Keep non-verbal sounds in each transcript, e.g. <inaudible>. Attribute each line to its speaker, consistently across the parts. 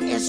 Speaker 1: this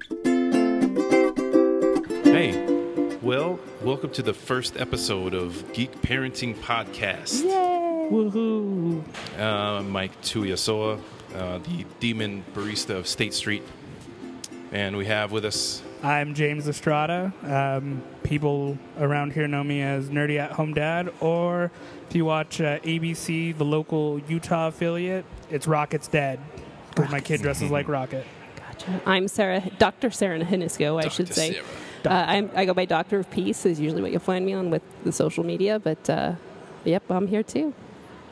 Speaker 2: Hey, well, welcome to the first episode of Geek Parenting Podcast.
Speaker 3: Woohoo.
Speaker 2: Uh, Mike Tuiasoa, uh, the demon barista of State Street. And we have with us,
Speaker 4: I'm James Estrada. Um, people around here know me as Nerdy at Home Dad, or if you watch uh, ABC, the local Utah affiliate, it's Rocket's Dad. Because my kid dresses like
Speaker 2: <laughs>
Speaker 4: Rocket.
Speaker 5: I'm Sarah, Dr. Sarah Henisco, I should say.
Speaker 2: Sarah.
Speaker 5: Uh, I'm, I go by Doctor of Peace, is usually what you'll find me on with the social media, but uh, yep, I'm here too.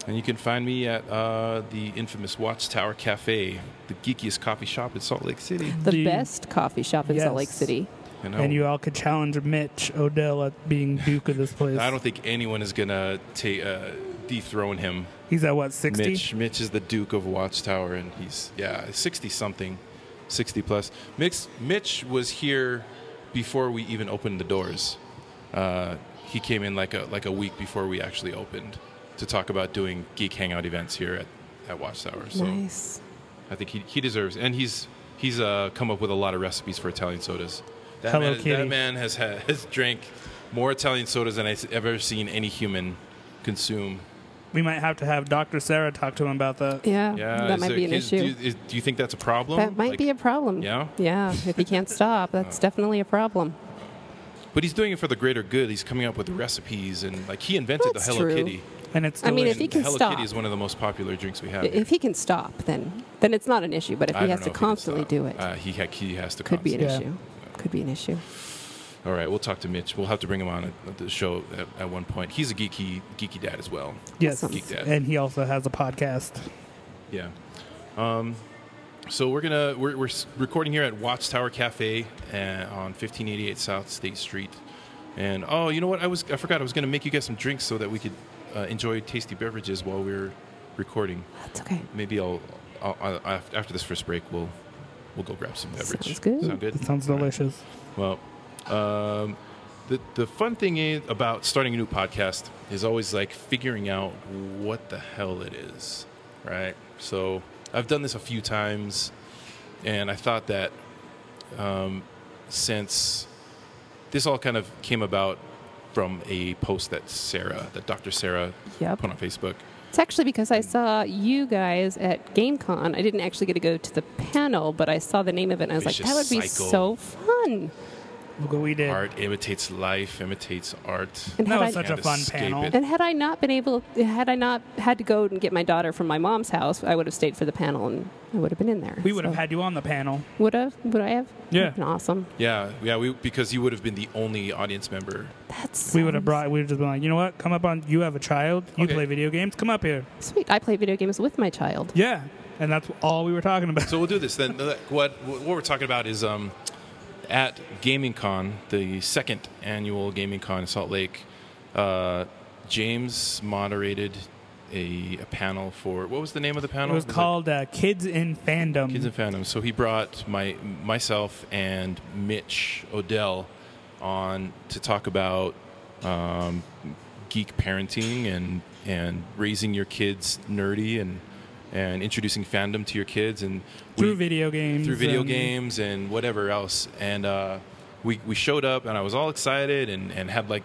Speaker 2: and you can find me at uh, the infamous Watchtower Cafe, the geekiest coffee shop in Salt Lake City.
Speaker 5: The
Speaker 4: Do you-
Speaker 5: best coffee shop in
Speaker 4: Yes.
Speaker 5: Salt Lake City.
Speaker 2: You know,
Speaker 4: And you all could challenge Mitch Odell at being Duke of this place.
Speaker 2: <laughs> I don't think anyone is gonna ta- uh, dethrone him.
Speaker 4: He's at what, 60?
Speaker 2: Mitch, Mitch is the Duke of Watchtower, and he's yeah, sixty something, sixty plus. Mitch, Mitch was here before we even opened the doors. Uh, he came in like a like a week before we actually opened to talk about doing geek hangout events here at at Watchtower. So
Speaker 5: Nice.
Speaker 2: I think he he deserves, and he's he's uh, come up with a lot of recipes for Italian sodas. That
Speaker 4: Hello
Speaker 2: man,
Speaker 4: Kitty.
Speaker 2: That man has had, has drank more Italian sodas than I've ever seen any human consume.
Speaker 4: We might have to have Dr. Sarah talk to him about that.
Speaker 5: Yeah,
Speaker 2: Yeah,
Speaker 5: that
Speaker 2: is
Speaker 5: might
Speaker 2: there-
Speaker 5: be an
Speaker 2: is-
Speaker 5: issue.
Speaker 2: Do you, is- do you think that's a problem?
Speaker 5: that might
Speaker 2: Like-
Speaker 5: be a problem.
Speaker 2: Yeah? Uh,
Speaker 5: Yeah, if
Speaker 2: <laughs>
Speaker 5: he can't stop, that's definitely a problem.
Speaker 2: But he's doing it for the greater good. He's coming up with recipes and like he invented
Speaker 5: That's
Speaker 2: the Hello
Speaker 5: true.
Speaker 2: Kitty.
Speaker 4: And it's
Speaker 5: I mean,
Speaker 4: delicious.
Speaker 5: if he can
Speaker 2: Hello
Speaker 5: stop.
Speaker 2: Kitty is one of the most popular drinks we have. here.
Speaker 5: If he can stop, then then it's not an issue. But if
Speaker 2: I
Speaker 5: he
Speaker 2: don't
Speaker 5: has
Speaker 2: know
Speaker 5: to
Speaker 2: if he can
Speaker 5: constantly
Speaker 2: stop.
Speaker 5: do it,
Speaker 2: uh, he, ha- he has to.
Speaker 5: could be an
Speaker 2: constantly.
Speaker 4: Yeah.
Speaker 5: issue. Could be an issue.
Speaker 2: All right, we'll talk to Mitch. We'll have to bring him on at- at the show at, at one point. He's a geeky geeky dad as well.
Speaker 4: Yes.
Speaker 5: Awesome.
Speaker 2: Geek dad.
Speaker 4: And he also has a podcast.
Speaker 2: Yeah. Um, so we're gonna we're, we're s- recording here at Watchtower Cafe uh, on 1588 South State Street, and oh, you know what? I was I forgot I was gonna make you guys some drinks so that we could uh, enjoy tasty beverages while we are recording.
Speaker 5: That's okay.
Speaker 2: Maybe I'll, I'll, I'll af- after this first break we'll we'll go grab some beverage.
Speaker 5: Sounds good.
Speaker 2: Sound good.
Speaker 4: It sounds
Speaker 2: All right.
Speaker 4: delicious.
Speaker 2: Well, um, the the fun thing is about starting a new podcast is always like figuring out what the hell it is, right? So I've done this a few times, and I thought that um, since this all kind of came about from a post that Sarah, that Dr. Sarah,
Speaker 5: Yep.
Speaker 2: put on Facebook.
Speaker 5: It's actually because I saw you guys at GameCon. I didn't actually get to go to the panel, but I saw the name of it and I was like,
Speaker 2: Vicious
Speaker 5: that would be
Speaker 2: Cycle.
Speaker 5: so fun.
Speaker 4: Look what we did.
Speaker 2: Art imitates life, imitates art.
Speaker 5: And
Speaker 4: That
Speaker 5: had
Speaker 4: was
Speaker 5: I-
Speaker 4: such a
Speaker 2: Can't
Speaker 4: fun
Speaker 2: escape
Speaker 4: panel.
Speaker 2: it.
Speaker 5: And had I not been able, had I not had to go and get my daughter from my mom's house, I would have stayed for the panel and I would have been in there.
Speaker 4: We would have had you on the panel.
Speaker 5: Would have? Would I have?
Speaker 4: Yeah.
Speaker 5: Would've Been awesome.
Speaker 2: Yeah, yeah, we, because you would have been the only audience member.
Speaker 5: That's
Speaker 4: We would have brought. We would have just been like, you know what? Come up on. You have a child. You
Speaker 2: Okay.
Speaker 4: play video games. Come up here.
Speaker 5: sweet. I play video games with my child.
Speaker 4: Yeah, and that's all we were talking about.
Speaker 2: So we'll do this then. What what we're talking about is um, at Gaming Con, the second annual Gaming Con in Salt Lake. Uh, James moderated a, a panel for what was the name of the
Speaker 4: It
Speaker 2: panel?
Speaker 4: was
Speaker 2: like
Speaker 4: called uh, Kids in Fandom.
Speaker 2: Kids and Phantom. So he brought my myself and Mitch Odell on to talk about um, geek parenting and and raising your kids nerdy and and introducing fandom to your kids and
Speaker 4: Through video games
Speaker 2: through video
Speaker 4: and-
Speaker 2: games and whatever else and uh, we we showed up and I was all excited and and had like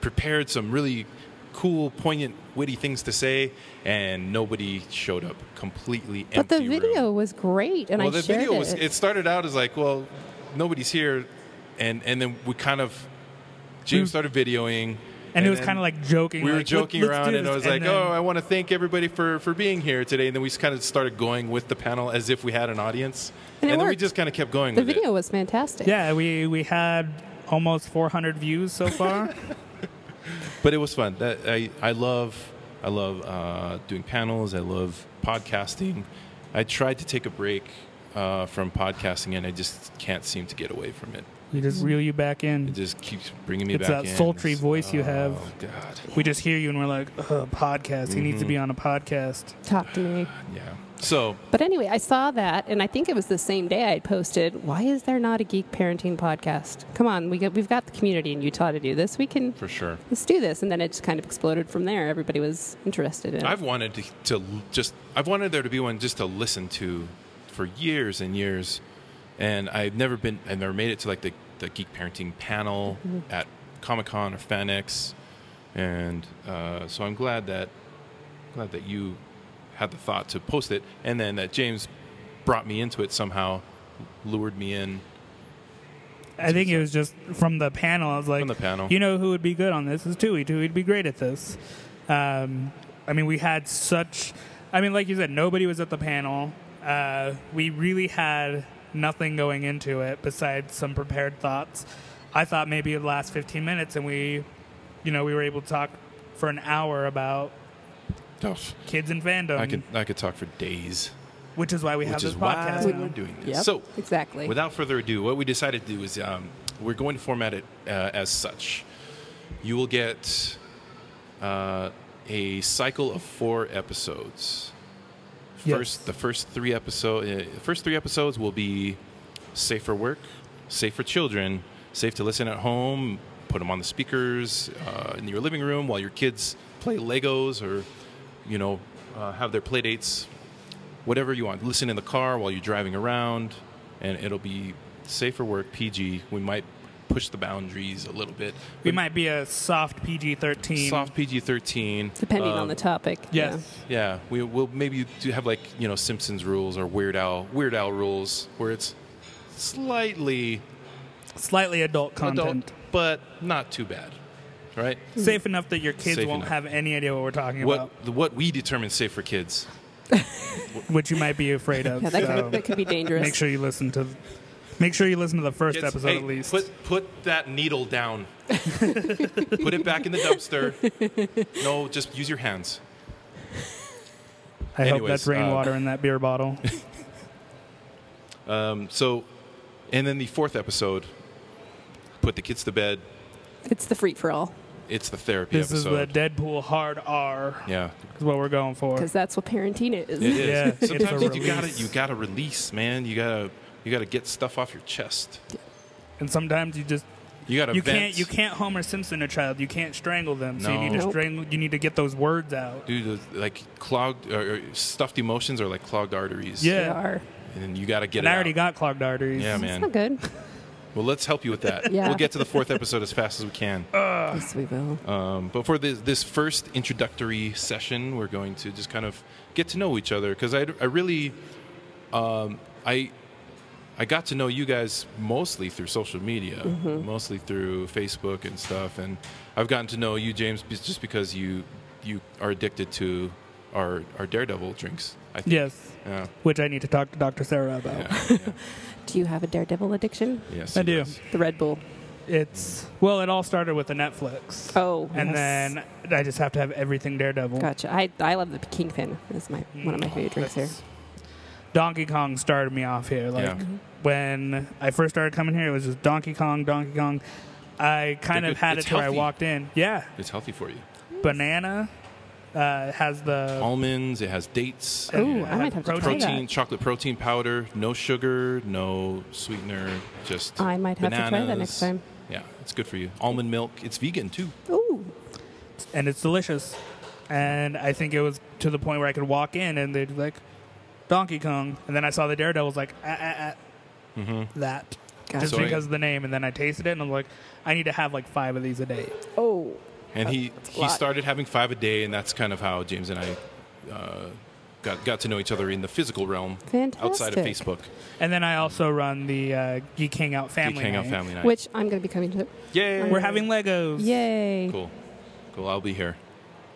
Speaker 2: prepared some really cool poignant witty things to say and nobody showed up completely
Speaker 5: But the
Speaker 2: empty room.
Speaker 5: video was great, and
Speaker 2: well,
Speaker 5: I
Speaker 2: the
Speaker 5: shared
Speaker 2: video was
Speaker 5: it.
Speaker 2: it started out as like, well, nobody's here, and and then we kind of James
Speaker 5: Hmm.
Speaker 2: started videoing, and,
Speaker 4: and, it was
Speaker 2: then
Speaker 4: kind of like joking.
Speaker 2: we were
Speaker 4: like,
Speaker 2: joking
Speaker 4: "Let- let's
Speaker 2: around,
Speaker 4: do
Speaker 2: and
Speaker 4: this,"
Speaker 2: I was like,
Speaker 4: then-
Speaker 2: oh, I want to thank everybody for for being here today, and then we just kind of started going with the panel as if we had an audience,
Speaker 5: And it
Speaker 2: then we
Speaker 5: worked.
Speaker 2: just kind of kept going.
Speaker 5: the
Speaker 2: with it.
Speaker 5: video was fantastic.
Speaker 4: yeah, we we had almost 400 views so far.
Speaker 2: <laughs> but it was fun. That I I love I love uh, doing panels. I love podcasting. I tried to take a break uh, from podcasting, and I just can't seem to get away from it.
Speaker 4: We just reel you back in.
Speaker 2: It just keeps bringing me
Speaker 4: It's
Speaker 2: back.
Speaker 4: that
Speaker 2: in.
Speaker 4: sultry voice you have.
Speaker 2: Oh God.
Speaker 4: we just hear you and we're like, Ugh, podcast. He
Speaker 2: Mm-hmm.
Speaker 4: needs to be on a podcast.
Speaker 5: Talk to me.
Speaker 2: Yeah. So
Speaker 5: But anyway, I saw that, and I think it was the same day I posted. Why is there not a geek parenting podcast? Come on, we got, we've got the community in Utah to do this. We can
Speaker 2: for sure,
Speaker 5: let's do this, and then it just kind of exploded from there. Everybody was interested in. it.
Speaker 2: I've wanted to, to l- just I've wanted there to be one just to listen to for years and years, and I've never been I've never made it to like the, the geek parenting panel at Comic Con or FanX, and uh, so I'm glad that glad that you had the thought to post it, and then that James brought me into it somehow, lured me in.
Speaker 4: I think it was just from the panel. I was like,
Speaker 2: From the panel.
Speaker 4: you know who would be good on this is Tui. Tui would be great at this. Um, I mean, we had such. I mean, like you said, nobody was at the panel. Uh, we really had nothing going into it besides some prepared thoughts. I thought maybe it'd last 15 minutes, and we, you know, we were able to talk for an hour about kids and fandom,
Speaker 2: I could I could talk for days.
Speaker 4: which is why we have
Speaker 2: which
Speaker 4: this
Speaker 2: is why
Speaker 4: podcast.
Speaker 2: we're
Speaker 4: now.
Speaker 2: doing this.
Speaker 5: Yep,
Speaker 2: So,
Speaker 5: exactly.
Speaker 2: without further ado, what we decided to do is um, we're going to format it uh, as such. You will get uh, a cycle of four episodes.
Speaker 4: Yes.
Speaker 2: First, the first three episode, uh, the first three episodes will be safe for work, safe for children, safe to listen at home. Put them on the speakers uh, in your living room while your kids play Legos or, you know, uh, have their play dates whatever you want. Listen in the car while you're driving around, and it'll be safe for work, PG. We might push the boundaries a little bit.
Speaker 4: We might be a soft PG-13.
Speaker 2: soft PG 13.
Speaker 5: Depending on
Speaker 2: um,
Speaker 5: the topic.
Speaker 4: Yes.
Speaker 2: Yeah, we will maybe do have like you know Simpsons rules or Weird Al Weird Al rules where it's slightly
Speaker 4: Slightly adult content.
Speaker 2: adult but not too bad, right?
Speaker 4: safe enough that your kids
Speaker 2: Safe
Speaker 4: won't
Speaker 2: enough.
Speaker 4: have any idea what we're talking
Speaker 2: What
Speaker 4: about,
Speaker 2: the- what we determine safe for kids.
Speaker 4: which you might be afraid of.
Speaker 5: <laughs> Yeah, that,
Speaker 4: so
Speaker 5: could, that could be dangerous.
Speaker 4: make sure you listen to, make sure you listen to the first
Speaker 2: Kids,
Speaker 4: episode
Speaker 2: hey,
Speaker 4: at least.
Speaker 2: Put put that needle
Speaker 4: <laughs>
Speaker 2: down. put it back in the dumpster. No, just use your hands.
Speaker 4: I hope
Speaker 2: anyways,
Speaker 4: that's
Speaker 2: uh,
Speaker 4: rainwater in that
Speaker 2: <laughs>
Speaker 4: beer bottle.
Speaker 2: So, and then the fourth episode, put the kids to bed.
Speaker 5: It's the free for all
Speaker 2: It's the therapy
Speaker 4: this is the
Speaker 2: episode.
Speaker 4: Deadpool hard R.
Speaker 2: yeah,
Speaker 4: Is what we're going for.
Speaker 5: because that's what parenting is.
Speaker 2: it is.
Speaker 4: <laughs> Yeah, it's a
Speaker 2: Sometimes you gotta
Speaker 4: release.
Speaker 2: you gotta release, man. You gotta you gotta get stuff off your chest.
Speaker 4: And sometimes you just
Speaker 2: You gotta
Speaker 4: you
Speaker 2: vent.
Speaker 4: can't you can't Homer Simpson a child. You can't strangle them. So you
Speaker 2: No.
Speaker 4: need to
Speaker 5: Nope.
Speaker 4: strangle. You need to get those words out.
Speaker 2: do the like clogged or or stuffed emotions are like clogged arteries.
Speaker 5: They
Speaker 4: Yeah.
Speaker 5: are.
Speaker 2: and you gotta get
Speaker 4: And
Speaker 2: it
Speaker 4: I already
Speaker 2: out.
Speaker 4: got clogged arteries.
Speaker 2: Yeah,
Speaker 5: It's
Speaker 2: man.
Speaker 5: not good.
Speaker 2: Well, let's help you with that.
Speaker 5: Yeah.
Speaker 2: We'll get to the fourth episode as fast as we can.
Speaker 4: Uh.
Speaker 5: yes, we will.
Speaker 2: Um, but for this, this first introductory session, we're going to just kind of get to know each other because I, I really, um, I, I got to know you guys mostly through social media, mostly through Facebook and stuff, and I've gotten to know you, James, be- just because you, you are addicted to our our Daredevil drinks. I think.
Speaker 4: Yes.
Speaker 2: Yeah.
Speaker 4: Which I need to talk to Dr. Sarah about.
Speaker 2: Yeah. yeah.
Speaker 5: Do you have a daredevil addiction?
Speaker 2: Yes.
Speaker 4: I
Speaker 2: he
Speaker 4: do.
Speaker 2: does.
Speaker 5: The Red Bull.
Speaker 4: It's well, it all started with the Netflix.
Speaker 5: Oh,
Speaker 4: and
Speaker 5: yes.
Speaker 4: then I just have to have everything Daredevil.
Speaker 5: Gotcha. I, I love the Kingpin. That's my one of my favorite drinks here.
Speaker 4: That's- Donkey Kong started me off here. Like
Speaker 2: Yeah. Mhm.
Speaker 4: when I first started coming here, it was just Donkey Kong, Donkey Kong. I kind
Speaker 2: They're
Speaker 4: of
Speaker 2: good.
Speaker 4: had
Speaker 2: It's
Speaker 4: it till
Speaker 2: healthy.
Speaker 4: I walked in. Yeah,
Speaker 2: It's healthy for you.
Speaker 4: banana uh, has the
Speaker 2: Almonds. It has dates.
Speaker 4: Yeah.
Speaker 5: Ooh, I
Speaker 4: Yeah.
Speaker 5: might have to try
Speaker 4: Protein.
Speaker 2: protein
Speaker 5: that.
Speaker 2: chocolate protein powder no sugar no sweetener just
Speaker 5: I might have to try that
Speaker 2: bananas.
Speaker 5: next time.
Speaker 2: yeah it's good for you almond milk it's vegan too
Speaker 5: Ooh,
Speaker 4: and it's delicious. And I think it was to the point where I could walk in and they'd be like Donkey Kong, and then I saw the Daredevil's like ah, ah, ah, that.
Speaker 5: Gotcha.
Speaker 4: Just
Speaker 2: Mm-hmm. So I-
Speaker 4: because of the name, and then I tasted it, and I'm like, I need to have like five of these a day.
Speaker 5: oh,
Speaker 2: and he
Speaker 5: a
Speaker 2: he
Speaker 5: lot.
Speaker 2: started having five a day and that's kind of how james and i uh, got got to know each other in the physical realm outside of
Speaker 5: Fantastic.
Speaker 2: facebook
Speaker 4: And then I also run the uh, Geek Hangout
Speaker 2: Geek
Speaker 4: Family.
Speaker 2: hangout
Speaker 4: Night.
Speaker 2: family night
Speaker 5: which I'm going to be coming to.
Speaker 2: yay
Speaker 4: We're having Legos.
Speaker 5: Yay!
Speaker 2: cool cool i'll be here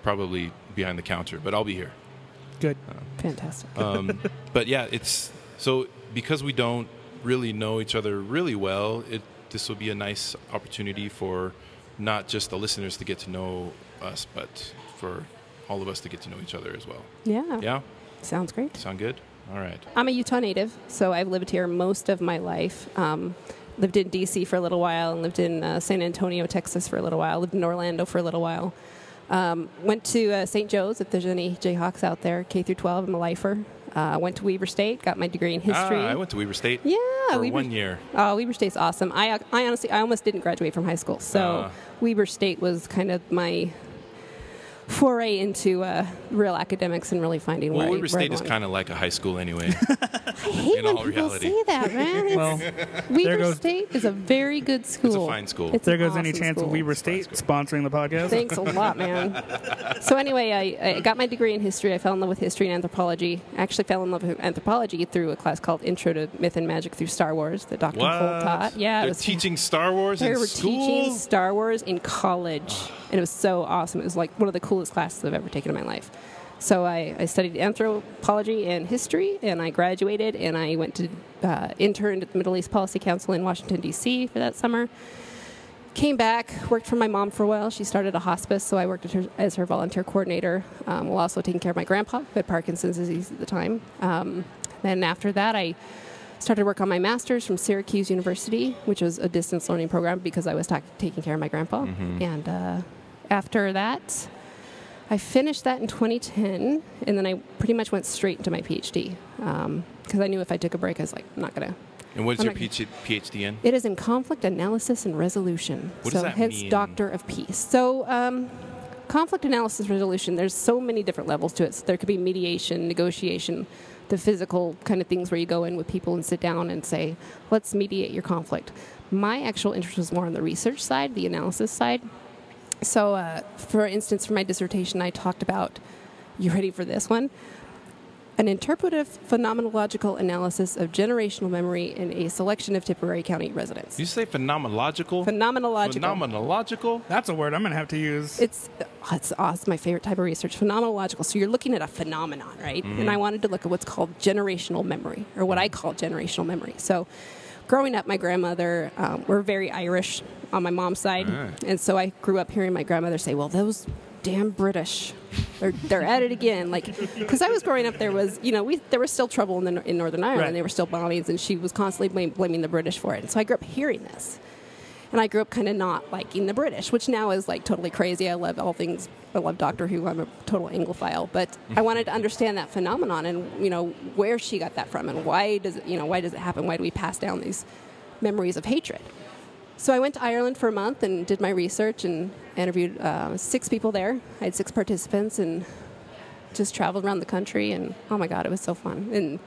Speaker 2: probably behind the counter but i'll be here
Speaker 4: Good.
Speaker 5: Fantastic.
Speaker 2: um, but yeah, it's so because we don't really know each other really well. It this will be a nice opportunity for not just the listeners to get to know us, but for all of us to get to know each other as well.
Speaker 5: yeah.
Speaker 2: Yeah,
Speaker 5: Sounds great.
Speaker 2: sound good? All right.
Speaker 5: I'm a Utah native, so I've lived here most of my life. Um, lived in DC for a little while, and lived in uh, San Antonio, Texas for a little while. Lived in Orlando for a little while. Um, went to uh, St. Joe's. If there's any Jayhawks out there, K through 12, I'm a lifer. Uh, went to Weber State, got my degree in history.
Speaker 2: Ah, I went to Weber State.
Speaker 5: Yeah,
Speaker 2: for
Speaker 5: Weber-
Speaker 2: one year.
Speaker 5: Oh, Weber State's awesome. I, uh, I honestly, I almost didn't graduate from high school, so
Speaker 2: Ah.
Speaker 5: Weber State was kind of my foray into uh, real academics and really finding
Speaker 2: Well,
Speaker 5: where
Speaker 2: Weber State is kind of like a high school
Speaker 5: <laughs>
Speaker 2: anyway. in all reality.
Speaker 5: Say
Speaker 2: <laughs>
Speaker 5: that, man. It's-
Speaker 4: Well,
Speaker 5: Weber
Speaker 4: goes-
Speaker 5: State is a very good school.
Speaker 2: fine school.
Speaker 5: It's
Speaker 4: there
Speaker 5: an
Speaker 4: goes any
Speaker 5: awesome
Speaker 4: chance of
Speaker 5: school.
Speaker 4: Weber State sponsoring the podcast.
Speaker 5: Thanks a lot, man. so anyway, I, I got my degree in history. I fell in love with history and anthropology. I actually fell in love with anthropology through a class called Intro to Myth and Magic through Star Wars that Dr.
Speaker 2: What?
Speaker 5: Holt taught. Yeah, it
Speaker 2: They're
Speaker 5: was
Speaker 2: teaching Star Wars
Speaker 5: they
Speaker 2: in
Speaker 5: were teaching
Speaker 2: school.
Speaker 5: Star Wars in college, and it was so awesome. It was like one of the coolest classes I've ever taken in my life. So I, I studied anthropology and history, and I graduated, and I went to uh, interned at the Middle East Policy Council in Washington D.C. for that summer. Came back, worked for my mom for a while. She started a hospice, so I worked at her, as her volunteer coordinator um, while also taking care of my grandpa who had Parkinson's disease at the time. Um, then after that, I started work on my master's from Syracuse University, which was a distance learning program because I was ta- taking care of my grandpa. And uh, after that, I finished that in 2010, and then I pretty much went straight into my PhD because um, I knew if I took a break, I was like, I'm not gonna.
Speaker 2: and what's
Speaker 5: I'm
Speaker 2: your
Speaker 5: not gonna-
Speaker 2: PhD, PhD in?
Speaker 5: It is in conflict analysis and resolution.
Speaker 2: What
Speaker 5: so
Speaker 2: does that
Speaker 5: hence
Speaker 2: mean?
Speaker 5: Doctor of Peace. So um, conflict analysis and resolution. There's so many different levels to it. So there could be mediation, negotiation, the physical kind of things where you go in with people and sit down and say, "Let's mediate your conflict." My actual interest was more on the research side, the analysis side. So, uh, for instance, for my dissertation, I talked about. You ready for this one? an interpretive phenomenological analysis of generational memory in a selection of Tipperary County residents.
Speaker 2: You say phenomenological?
Speaker 5: Phenomenological.
Speaker 2: Phenomenological?
Speaker 4: That's a word I'm going to have to use.
Speaker 5: it's oh, it's awesome. My favorite type of research, phenomenological. So you're looking at a phenomenon, right? And I wanted to look at what's called generational memory, or what I call generational memory. So, growing up, my grandmother um, were very Irish on my mom's side, and so I grew up hearing my grandmother say, "Well, those damn British." They're, they're at it again, like because I was growing up. There was, you know, we there was still trouble in the, nor- in Northern Ireland.
Speaker 4: Right.
Speaker 5: There were still bombings, and she was constantly blame, blaming the British for it. And so I grew up hearing this, and I grew up kind of not liking the British, which now is like totally crazy. I love all things. I love Doctor Who. I'm a total Anglophile, but I wanted to understand that phenomenon and you know where she got that from and why does it, you know why does it happen? Why do we pass down these memories of hatred? So I went to Ireland for a month and did my research and interviewed uh, six people there. I had six participants and just traveled around the country and oh my god, it was so fun and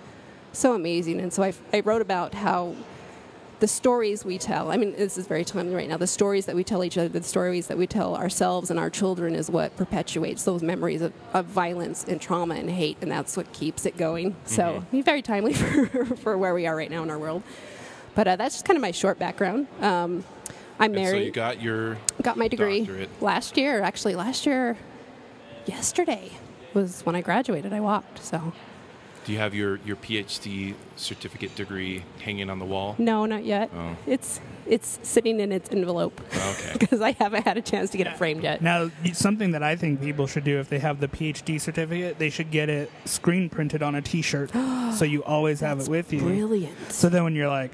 Speaker 5: so amazing. And so I, I wrote about how the stories we tell. I mean, this is very timely right now. The stories that we tell each other, the stories that we tell ourselves and our children is what perpetuates those memories of, of violence and trauma and hate, and that's what keeps it going.
Speaker 2: Mm-hmm.
Speaker 5: So, very timely <laughs> for, for where we are right now in our world. But uh, that's just kind of my short background. Um, I'm
Speaker 2: And
Speaker 5: married
Speaker 2: so you got your
Speaker 5: got my degree
Speaker 2: doctorate.
Speaker 5: last year actually last year yesterday was when i graduated i walked so
Speaker 2: Do you have your, your PhD certificate degree hanging on the wall?
Speaker 5: no not yet
Speaker 2: Oh.
Speaker 5: it's it's sitting in its envelope <laughs>
Speaker 2: Okay.
Speaker 5: because i haven't had a chance to get it framed yet
Speaker 4: Now, y- something that I think people should do if they have the PhD certificate, they should get it screen printed on a t shirt so you always have it with you.
Speaker 5: brilliant
Speaker 4: So then when you're like,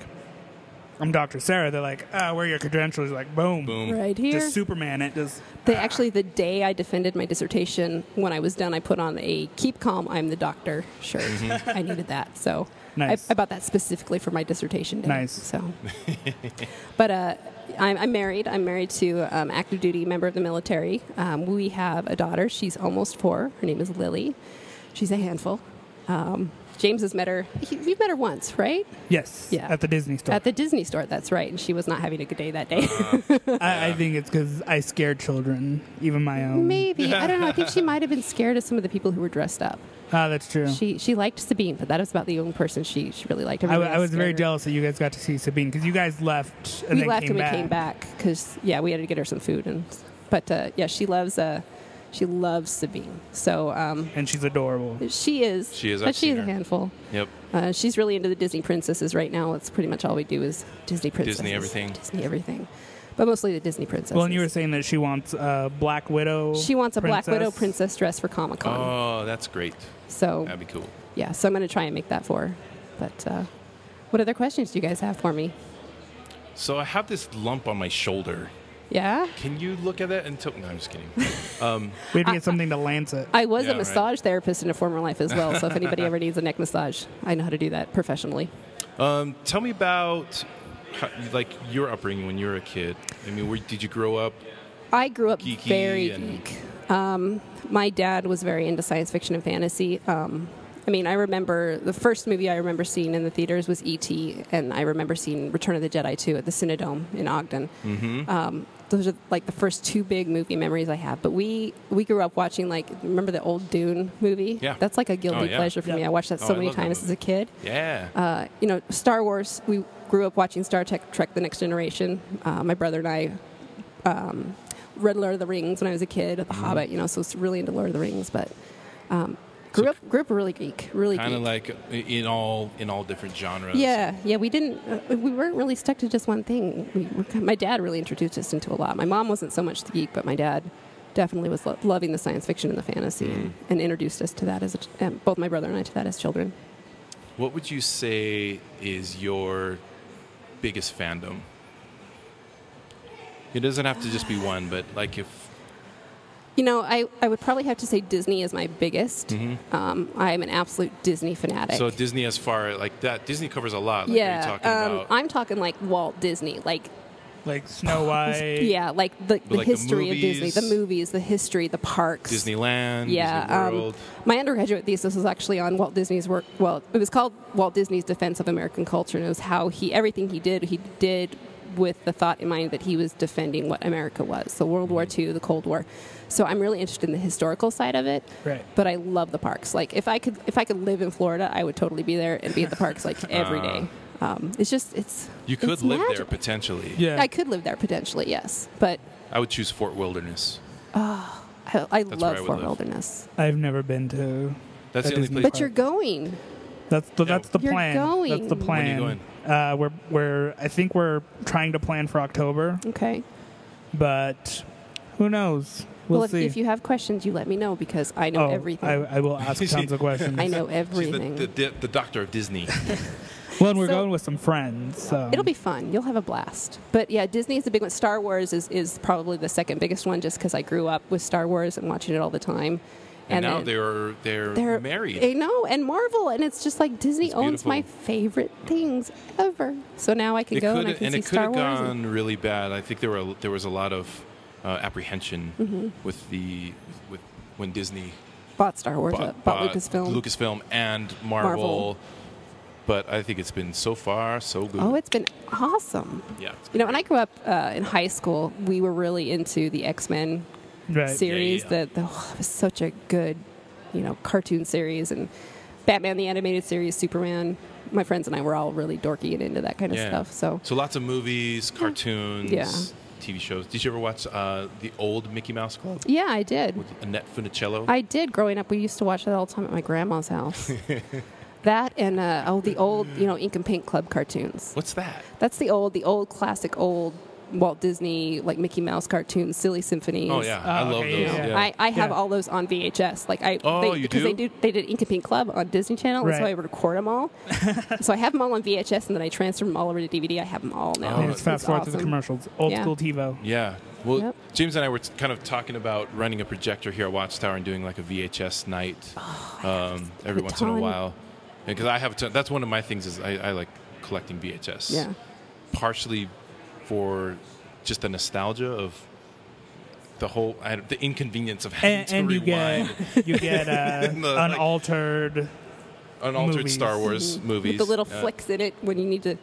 Speaker 4: I'm Dr. Sarah, they're like, ah, where are your credentials? Like, boom.
Speaker 2: Boom.
Speaker 5: right here
Speaker 4: Just Superman it. Just,
Speaker 5: They actually, the day I defended my dissertation, when I was done, I put on a "Keep Calm, I'm the Doctor" shirt. I needed that, so
Speaker 4: Mm-hmm. <laughs> Nice.
Speaker 5: I, I bought that specifically for my dissertation day.
Speaker 4: Nice.
Speaker 5: So, but uh, I'm, I'm married. I'm married to um, active duty member of the military. Um, we have a daughter. She's almost four. Her name is Lily. She's a handful. Um, James has met her. He, you've met her once, right?
Speaker 4: yes.
Speaker 5: Yeah.
Speaker 4: At the Disney store.
Speaker 5: At the Disney store. That's right. And she was not having a good day that day.
Speaker 4: Uh-huh. I, I think it's because I scare children, even my own.
Speaker 5: Maybe I don't know. I
Speaker 4: <laughs>
Speaker 5: think she might have been scared of some of the people who were dressed up.
Speaker 4: Ah, that's true.
Speaker 5: She she liked Sabine, but that was about the only person she, she really liked.
Speaker 4: I, w-
Speaker 5: Everybody
Speaker 4: I
Speaker 5: else
Speaker 4: was very
Speaker 5: scared her.
Speaker 4: jealous that you guys got to see Sabine because you guys left and
Speaker 5: We
Speaker 4: then
Speaker 5: left
Speaker 4: came
Speaker 5: and we
Speaker 4: back.
Speaker 5: came back because yeah, we had to get her some food and but uh, yeah, she loves uh she loves Sabine. So um,
Speaker 4: And she's adorable.
Speaker 5: she is
Speaker 2: She is,
Speaker 5: but
Speaker 2: I've
Speaker 5: she's
Speaker 2: seen
Speaker 5: a
Speaker 2: her.
Speaker 5: handful.
Speaker 2: Yep.
Speaker 5: Uh, she's really into the Disney princesses right now. That's pretty much all we do is Disney princesses,
Speaker 2: everything.
Speaker 5: Disney everything, but mostly the Disney princesses.
Speaker 4: Well, and you were saying that she wants a Black Widow.
Speaker 5: she wants a Black Widow
Speaker 4: princess.
Speaker 5: princess dress for Comic Con.
Speaker 2: Oh, that's great.
Speaker 5: so
Speaker 2: Oh, That'd be cool.
Speaker 5: yeah, so I'm going to try and make that four. But uh, what other questions do you guys have for me?
Speaker 2: So I have this lump on my shoulder.
Speaker 5: Yeah.
Speaker 2: Can you look at that and tell? No, I'm just
Speaker 5: <laughs>
Speaker 2: kidding.
Speaker 4: We have to get something to lance it.
Speaker 5: I was
Speaker 2: Yeah,
Speaker 5: a
Speaker 2: right.
Speaker 5: massage therapist in a former life as well, so
Speaker 2: <laughs>
Speaker 5: if anybody ever needs a neck massage, I know how to do that professionally.
Speaker 2: Um, tell me about how, like your upbringing when you were a kid. I mean, where did you grow up?
Speaker 5: I grew up
Speaker 2: Geeky
Speaker 5: very
Speaker 2: and-
Speaker 5: geek. Um, my dad was very into science fiction and fantasy. Um, I mean, I remember the first movie I remember seeing in the theaters was E.T., and I remember seeing Return of the Jedi 2 at the Cinedome in Ogden.
Speaker 2: Mm-hmm.
Speaker 5: Um, those are like the first two big movie memories I have. But we, we grew up watching, like, remember the old Dune movie?
Speaker 2: Yeah.
Speaker 5: That's like a guilty
Speaker 2: Oh, yeah.
Speaker 5: pleasure for
Speaker 4: Yeah.
Speaker 5: me. I watched that
Speaker 2: Oh,
Speaker 5: so
Speaker 2: I
Speaker 5: many
Speaker 2: love that
Speaker 5: times as
Speaker 2: movie.
Speaker 5: a kid
Speaker 2: Yeah.
Speaker 5: uh, you know, Star Wars. We grew up watching Star Trek, Trek: The Next Generation. Uh, my brother and I um, read Lord of the Rings when I was a kid. The
Speaker 2: Mm-hmm.
Speaker 5: Hobbit, you know, so it's really into Lord of the Rings. But um, grew
Speaker 2: So-
Speaker 5: up, grew up really geek, really
Speaker 2: kind of
Speaker 5: geek.
Speaker 2: like i- in all in all different genres.
Speaker 5: yeah, yeah. We didn't, uh, we weren't really stuck to just one thing. We, were kind- my dad really introduced us into a lot. My mom wasn't so much the geek, but my dad definitely was lo- loving the science fiction and the fantasy, and,
Speaker 2: Mm-hmm.
Speaker 5: and introduced us to that as a ch- um, both my brother and I to that as children.
Speaker 2: What would you say is your biggest fandom? It doesn't have to just be one, but like if
Speaker 5: You know, I, I would probably have to say Disney is my biggest. Um, I'm an absolute Disney fanatic.
Speaker 2: Mm-hmm. so Disney as far like that Disney covers a lot. Like
Speaker 5: yeah,
Speaker 2: Are you talking
Speaker 5: um,
Speaker 2: about
Speaker 5: I'm talking like Walt Disney, like
Speaker 4: Like
Speaker 5: <laughs>
Speaker 4: Snow White.
Speaker 5: yeah, like the, the
Speaker 2: like the
Speaker 5: history of Disney,
Speaker 2: movies.
Speaker 5: the movies, the history, the parks,
Speaker 2: Disneyland,
Speaker 5: Yeah,
Speaker 2: Disney
Speaker 5: um,
Speaker 2: World.
Speaker 5: my undergraduate thesis was actually on Walt Disney's work. Well, it was called Walt Disney's Defense of American Culture, and it was how he everything he did he did with the thought in mind that he was defending what America was. So World
Speaker 2: Mm-hmm.
Speaker 5: War II, the Cold War. So I'm really interested in the historical side of it.
Speaker 4: Right.
Speaker 5: But I love the parks. Like if I could if I could live in Florida, I would totally be there and be at the
Speaker 2: <laughs>
Speaker 5: parks like every day. Um, it's just it's
Speaker 2: Ah. you could
Speaker 5: it's
Speaker 2: live there
Speaker 5: magic.
Speaker 2: potentially.
Speaker 4: Yeah.
Speaker 5: I could live there potentially, yes. But
Speaker 2: I would choose Fort Wilderness.
Speaker 5: I, I
Speaker 2: where
Speaker 5: love
Speaker 2: I would
Speaker 5: Fort
Speaker 2: live.
Speaker 5: Wilderness.
Speaker 4: I've never been to.
Speaker 2: That's
Speaker 4: That
Speaker 2: the only
Speaker 4: is-
Speaker 2: place.
Speaker 5: But you're going.
Speaker 4: That's the, that's the
Speaker 5: You're
Speaker 4: plan. That's
Speaker 5: going.
Speaker 4: the
Speaker 5: When
Speaker 2: are you
Speaker 4: plan. Uh, we're we're I think we're trying to plan for October,
Speaker 5: Okay.
Speaker 4: but who knows? We'll,
Speaker 5: Well, if,
Speaker 4: see.
Speaker 5: if you have questions, you let me know because I know
Speaker 4: oh,
Speaker 5: everything.
Speaker 4: I, I will ask tons
Speaker 5: <laughs>
Speaker 4: of questions.
Speaker 5: I know
Speaker 2: She's the,
Speaker 5: everything.
Speaker 2: the, the, the doctor of
Speaker 5: <laughs>
Speaker 2: Disney.
Speaker 4: Well, and we're
Speaker 5: So-
Speaker 4: going with some friends, so
Speaker 5: It'll be fun. You'll have a blast. But yeah, Disney is the big one. Star Wars is, is probably the second biggest one just because I grew up with Star Wars and watching it all the time.
Speaker 2: and, now
Speaker 5: then
Speaker 2: they're they're,
Speaker 5: they're-
Speaker 2: married.
Speaker 5: I know, and Marvel. And it's just like Disney
Speaker 2: It's
Speaker 5: owns my
Speaker 2: beautiful.
Speaker 5: favorite things ever. So now I can
Speaker 2: it
Speaker 5: go
Speaker 2: could
Speaker 5: and I can
Speaker 2: and
Speaker 5: see
Speaker 2: it could
Speaker 5: Star
Speaker 2: have
Speaker 5: Wars. and-
Speaker 2: gone really bad. I think there were there was a lot of uh, apprehension
Speaker 5: Mm-hmm.
Speaker 2: with the with when Disney
Speaker 5: bought Star Wars,
Speaker 2: bought,
Speaker 5: up, bought Lucasfilm.
Speaker 2: Lucasfilm and Marvel.
Speaker 5: Marvel.
Speaker 2: But I think it's been so far so good.
Speaker 5: Oh, it's been awesome.
Speaker 2: yeah. it's
Speaker 5: You
Speaker 2: been
Speaker 5: know, when I grew up uh, in high school, we were really into the X Men
Speaker 4: right.
Speaker 5: series
Speaker 2: yeah.
Speaker 5: that the, oh, it was such a good, you know, cartoon series and Batman the animated series, Superman. My friends and I were all really dorky and into that kind of
Speaker 2: great. Yeah.
Speaker 5: stuff. So
Speaker 2: so lots of movies, cartoons,
Speaker 5: Yeah.
Speaker 2: TV shows. Did you ever watch uh, the old Mickey Mouse Club?
Speaker 5: yeah, I did.
Speaker 2: Annette Funicello.
Speaker 5: I did growing up. We used to watch that all the time at my grandma's
Speaker 2: <laughs>
Speaker 5: house. that and uh, oh, the old you know Ink and Paint Club cartoons.
Speaker 2: What's that?
Speaker 5: That's the old, the old classic old Walt Disney like Mickey Mouse cartoons, silly symphonies.
Speaker 2: Oh yeah, I
Speaker 4: Oh,
Speaker 2: love
Speaker 4: okay,
Speaker 2: those.
Speaker 4: yeah.
Speaker 2: Yeah.
Speaker 5: I, I have
Speaker 4: Yeah.
Speaker 5: all those on VHS. Like I,
Speaker 2: Oh,
Speaker 5: they,
Speaker 2: you
Speaker 5: because
Speaker 2: do?
Speaker 5: they do they did Ink and Pink Club on Disney Channel, and so
Speaker 4: Right.
Speaker 5: I would record
Speaker 2: <laughs>
Speaker 5: them all. so I have them all on VHS, and then I transfer them all over to DVD. I have them all now.
Speaker 2: Oh,
Speaker 4: And
Speaker 2: Yeah,
Speaker 4: it's fast forward to the
Speaker 5: awesome.
Speaker 4: commercials. Old
Speaker 5: Yeah.
Speaker 4: school TiVo.
Speaker 2: Yeah. Well,
Speaker 5: Yep.
Speaker 2: James and I were t- kind of talking about running a projector here at Watchtower and doing like a VHS night
Speaker 5: Oh,
Speaker 2: um, every
Speaker 5: a
Speaker 2: once in a
Speaker 5: ton.
Speaker 2: while. Because I have a ton, that's one of my things is I, I like collecting VHS.
Speaker 5: Yeah.
Speaker 2: Partially for just the nostalgia of the whole I, don't- the inconvenience of having
Speaker 4: And,
Speaker 2: to
Speaker 4: and you
Speaker 2: rewind
Speaker 4: get <laughs>
Speaker 2: <laughs>
Speaker 4: you get uh,
Speaker 2: The, like-
Speaker 4: unaltered.
Speaker 2: unaltered
Speaker 4: movies.
Speaker 2: Star Wars movies.
Speaker 5: Mm-hmm. Mm. With the little
Speaker 2: uh,
Speaker 5: flicks in it when you need to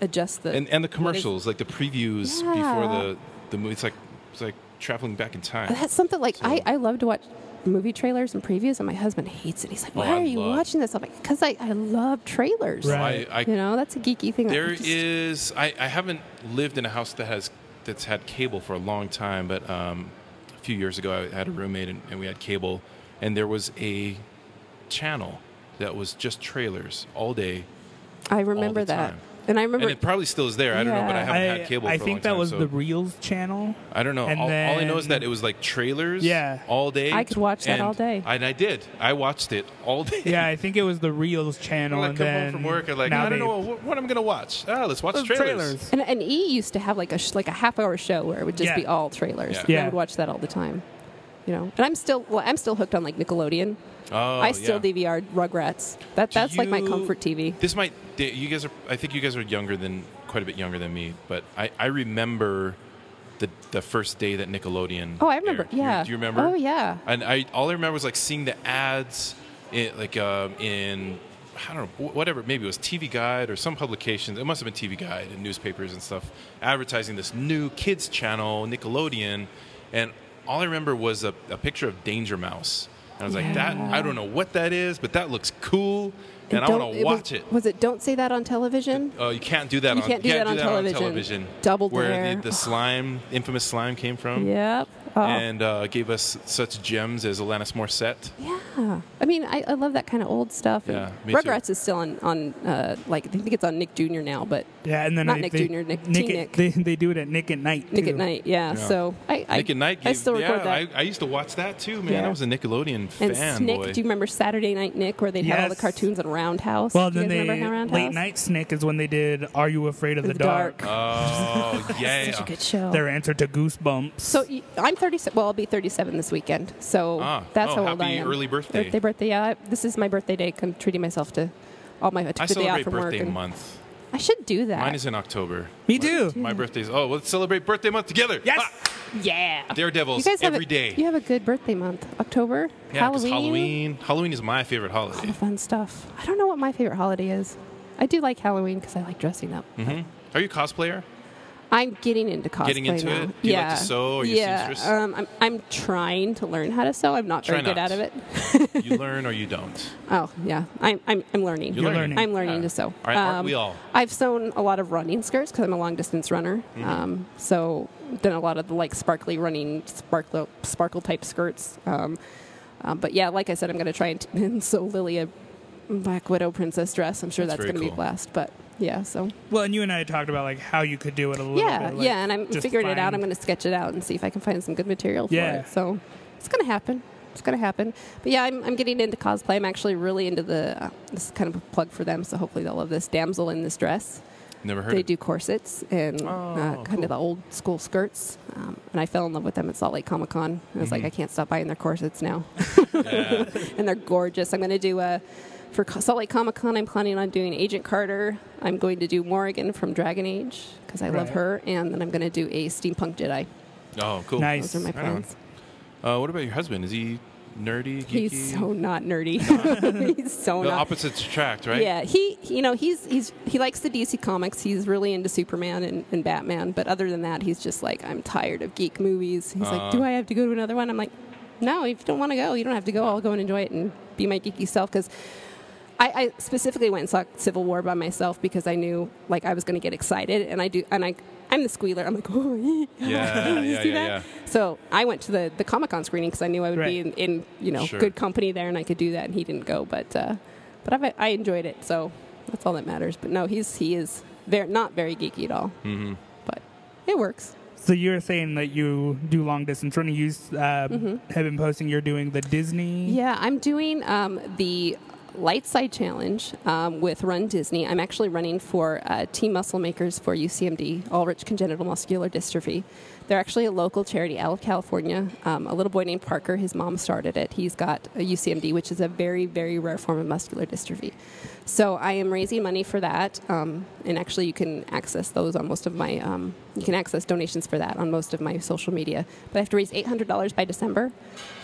Speaker 5: adjust the
Speaker 2: and and the
Speaker 5: what is-
Speaker 2: commercials, like the previews before
Speaker 5: Yeah.
Speaker 2: the the movie. It's like it's like traveling back in time.
Speaker 5: That's something like I,
Speaker 2: So-
Speaker 5: I love to watch movie trailers and previews, and my husband hates it. He's like,
Speaker 2: Oh,
Speaker 5: "Why
Speaker 2: I
Speaker 5: are you
Speaker 2: love-
Speaker 5: watching this?" I'm like, "Because I, I love trailers."
Speaker 4: Right.
Speaker 2: I, I
Speaker 5: You know, that's a geeky thing.
Speaker 2: There
Speaker 5: I
Speaker 2: is.
Speaker 5: just-
Speaker 2: I, I haven't lived in a house that has that's had cable for a long time, but um, a few years ago I had a roommate and, and we had cable, and there was a channel that was just trailers all day,
Speaker 5: I
Speaker 2: all
Speaker 5: remember
Speaker 2: the
Speaker 5: that.
Speaker 2: time.
Speaker 5: And I remember
Speaker 2: and it probably still is there. I don't know, but I
Speaker 5: Yeah.
Speaker 2: haven't had cable.
Speaker 4: I
Speaker 2: for a
Speaker 4: think
Speaker 2: long
Speaker 4: that
Speaker 2: time,
Speaker 4: was
Speaker 2: so
Speaker 4: the Reels channel.
Speaker 2: I don't know.
Speaker 4: and
Speaker 2: all, all I know is
Speaker 4: then-
Speaker 2: that it was like trailers.
Speaker 4: Yeah.
Speaker 2: all day.
Speaker 5: I could watch that
Speaker 2: and-
Speaker 5: all day.
Speaker 2: and I did. I watched it all day.
Speaker 4: Yeah,
Speaker 2: <laughs>
Speaker 4: I think it was the Reels channel.
Speaker 2: When I
Speaker 4: and
Speaker 2: come
Speaker 4: then
Speaker 2: home from work, I'm like,
Speaker 4: now
Speaker 2: I don't
Speaker 4: they-
Speaker 2: know what, what I'm gonna watch. Ah, let's watch
Speaker 4: Those
Speaker 2: trailers.
Speaker 4: trailers.
Speaker 5: And, and E used to have like a sh- like a half hour show where it would just
Speaker 4: Yeah.
Speaker 5: be all trailers.
Speaker 2: Yeah.
Speaker 5: And
Speaker 4: Yeah.
Speaker 5: I would watch that all the time. You know, and I'm still well, I'm still hooked on like Nickelodeon.
Speaker 2: Oh,
Speaker 5: I still
Speaker 2: yeah.
Speaker 5: DVR Rugrats. That
Speaker 2: Do
Speaker 5: that's like my
Speaker 2: you-
Speaker 5: comfort TV.
Speaker 2: This might da- you guys are. I think you guys are younger than quite a bit younger than me, but I, I remember the the first day that Nickelodeon.
Speaker 5: Oh, I remember.
Speaker 2: aired. You-
Speaker 5: Yeah.
Speaker 2: do you remember?
Speaker 5: Oh yeah.
Speaker 2: And I all I remember was like seeing the ads, in, like um, in I don't know wh- whatever maybe it was TV Guide or some publications. It must have been TV Guide and newspapers and stuff advertising this new kids channel Nickelodeon, and all I remember was a, a picture of Danger Mouse. And I was like, that I don't know what that is, but that looks cool, and, I
Speaker 5: Don't-
Speaker 2: want to
Speaker 5: was-
Speaker 2: watch it.
Speaker 5: Was it Don't Say That on Television?
Speaker 2: Uh, you can't do that.
Speaker 5: You
Speaker 2: on,
Speaker 5: can't do that on television.
Speaker 2: Double
Speaker 5: Double
Speaker 2: where
Speaker 5: Dare.
Speaker 2: the, the slime, infamous slime, came from.
Speaker 5: Yep. Oh.
Speaker 2: uh-huh. And uh, gave us such gems as Alanis Morissette.
Speaker 5: yeah. I mean, I, I love that kind of old stuff. and
Speaker 2: Yeah, me too.
Speaker 5: Rugrats is still on on uh, like I think it's on Nick Jr. now, but
Speaker 4: Yeah, and then
Speaker 5: Not
Speaker 4: I-
Speaker 5: Nick
Speaker 4: they,
Speaker 5: Jr., Nick-
Speaker 4: Nick,
Speaker 5: Teen
Speaker 4: at- <laughs>
Speaker 5: Nick.
Speaker 4: They, they do it at Nick at Night.
Speaker 5: Nick at
Speaker 4: too.
Speaker 5: Night. Yeah.
Speaker 2: Yeah.
Speaker 5: So I I,
Speaker 2: Nick at Night. Gave,
Speaker 5: I still record
Speaker 2: yeah,
Speaker 5: that.
Speaker 2: I, I used to watch that too, man.
Speaker 5: Yeah.
Speaker 2: I was a Nickelodeon
Speaker 5: And
Speaker 2: fan.
Speaker 5: Snick,
Speaker 2: boy.
Speaker 5: do you remember Saturday Night Nick, where they had all the
Speaker 4: Yes.
Speaker 5: cartoons on Roundhouse?
Speaker 4: Well,
Speaker 5: do you
Speaker 4: then
Speaker 5: guys
Speaker 4: they
Speaker 5: remember Roundhouse?
Speaker 4: late night snick is when they did "Are You Afraid of the, Dark?"
Speaker 2: oh yeah.
Speaker 5: <laughs> Such a good show.
Speaker 4: Their answer to Goosebumps.
Speaker 5: so y- I'm 37. Well, I'll be 37 this weekend. So
Speaker 2: Ah,
Speaker 5: that's
Speaker 2: oh,
Speaker 5: how old I
Speaker 2: happy
Speaker 5: am.
Speaker 2: early birthday.
Speaker 5: Birthday, birthday. Yeah, I- this is my birthday day. 'cause I'm treating myself to all my. I took
Speaker 2: I
Speaker 5: the day off
Speaker 2: celebrate
Speaker 5: from Uh,
Speaker 2: birthday
Speaker 5: work. and-
Speaker 2: month.
Speaker 5: I should do that.
Speaker 2: Mine is in October. My-
Speaker 4: Me too.
Speaker 2: My birthday's oh, let's celebrate birthday month together.
Speaker 4: yes,
Speaker 2: Ah,
Speaker 5: yeah. You
Speaker 2: Daredevils
Speaker 5: guys have
Speaker 2: every
Speaker 5: a,
Speaker 2: day.
Speaker 5: You have a good birthday month. October.
Speaker 2: Yeah, 'cause
Speaker 5: Halloween.
Speaker 2: Halloween. Halloween is my favorite
Speaker 5: All <laughs>
Speaker 2: holiday.
Speaker 5: the fun stuff. I don't know what my favorite holiday is. I do like Halloween because I like dressing up.
Speaker 2: Are you a cosplayer?
Speaker 5: I'm getting into cosplay
Speaker 2: Getting into
Speaker 5: now.
Speaker 2: it? Do you
Speaker 5: yeah.
Speaker 2: like to sew? Are you a
Speaker 5: yeah.
Speaker 2: seamstress?
Speaker 5: Um, I'm, I'm trying to learn how to sew. I'm not very
Speaker 2: Try
Speaker 5: good
Speaker 2: not.
Speaker 5: at it.
Speaker 2: you
Speaker 5: <laughs>
Speaker 2: learn or you don't.
Speaker 5: Oh yeah, I'm I'm, I'm learning.
Speaker 2: You're learning.
Speaker 5: I'm learning
Speaker 2: Yeah.
Speaker 5: to sew. Um,
Speaker 2: All right, aren't we all?
Speaker 5: I've sewn a lot of running skirts because I'm a long distance runner.
Speaker 2: Mm-hmm.
Speaker 5: Um, so done a lot of the like sparkly running sparkle sparkle type skirts. Um, um, but yeah, like I said, I'm going to try and, and <laughs> sew Lily a Black Widow princess dress. I'm sure
Speaker 2: That's
Speaker 5: that's,
Speaker 2: very
Speaker 5: going to be a
Speaker 2: cool.
Speaker 5: blast. But yeah, so
Speaker 4: Well, and you and I had talked about like how you could do it a little
Speaker 5: yeah,
Speaker 4: bit. like,
Speaker 5: yeah, and I'm
Speaker 4: just
Speaker 5: figuring it out.
Speaker 4: find-
Speaker 5: I'm going to sketch it out and see if I can find some good material for
Speaker 4: Yeah.
Speaker 5: it. So it's going to happen. It's going to happen. But yeah, I'm, I'm getting into cosplay. I'm actually really into the. Uh, this is kind of a plug for them, so hopefully they'll love this damsel in this dress.
Speaker 2: Never heard
Speaker 5: They
Speaker 2: of Oh,
Speaker 5: do corsets and uh, kind of the old school skirts. Um, and I fell in love with them at Salt Lake Comic Con. I
Speaker 2: Mm-hmm.
Speaker 5: was like, I can't stop buying their corsets
Speaker 2: <laughs>
Speaker 5: now. <laughs> and they're gorgeous. I'm going to do a. For Co- Salt Lake Comic Con, I'm planning on doing Agent Carter. I'm going to do Morrigan from Dragon Age because I love
Speaker 4: Right.
Speaker 5: her. And then I'm going to do a Steampunk Jedi.
Speaker 2: Oh, cool.
Speaker 4: Nice.
Speaker 5: Those are my
Speaker 2: Right on.
Speaker 5: plans.
Speaker 2: Uh, what about your husband? Is he nerdy, geeky?
Speaker 5: He's so
Speaker 2: <laughs>
Speaker 5: not nerdy. <laughs> He's so
Speaker 2: the
Speaker 5: not.
Speaker 2: opposites attract, right?
Speaker 5: Yeah, he you know he's he's he likes the DC comics. He's really into Superman and, and Batman, but other than that, he's just like I'm tired of geek movies. He's like,
Speaker 2: Uh.
Speaker 5: do I have to go to another one? I'm like, no, if you don't want to go, you don't have to go. I'll go and enjoy it and be my geeky self because. I, I specifically went and saw Civil War by myself because I knew like I was going to get excited, and I do, and I, I'm the squealer. I'm like, <laughs> oh,
Speaker 2: Yeah,
Speaker 5: <laughs> you
Speaker 2: yeah,
Speaker 5: see
Speaker 2: yeah,
Speaker 5: that?
Speaker 2: yeah.
Speaker 5: So I went to the, the Comic Con screening because I knew I would be
Speaker 4: Right.
Speaker 5: in, in you know
Speaker 2: Sure.
Speaker 5: good company there, and I could do that. And he didn't go, but uh, but I've, I enjoyed it, so that's all that matters. But no, he's he is very not very geeky at all, mm-hmm. but it works.
Speaker 4: So you're saying that you do long distance running. You uh, have been posting. You're doing the Disney.
Speaker 5: Mm-hmm. Yeah, I'm doing um, the Light Side Challenge um, with Run Disney. I'm actually running for uh, Team Muscle Makers for UCMD, Ulrich Congenital Muscular Dystrophy. They're actually a local charity out of California. Um, a little boy named Parker, his mom started it. He's got a UCMD, which is a very, very rare form of muscular dystrophy. So I am raising money for that, um, and actually you can access those on most of my. Um, you can access donations for that on most of my social media. But I have to raise eight hundred dollars by December.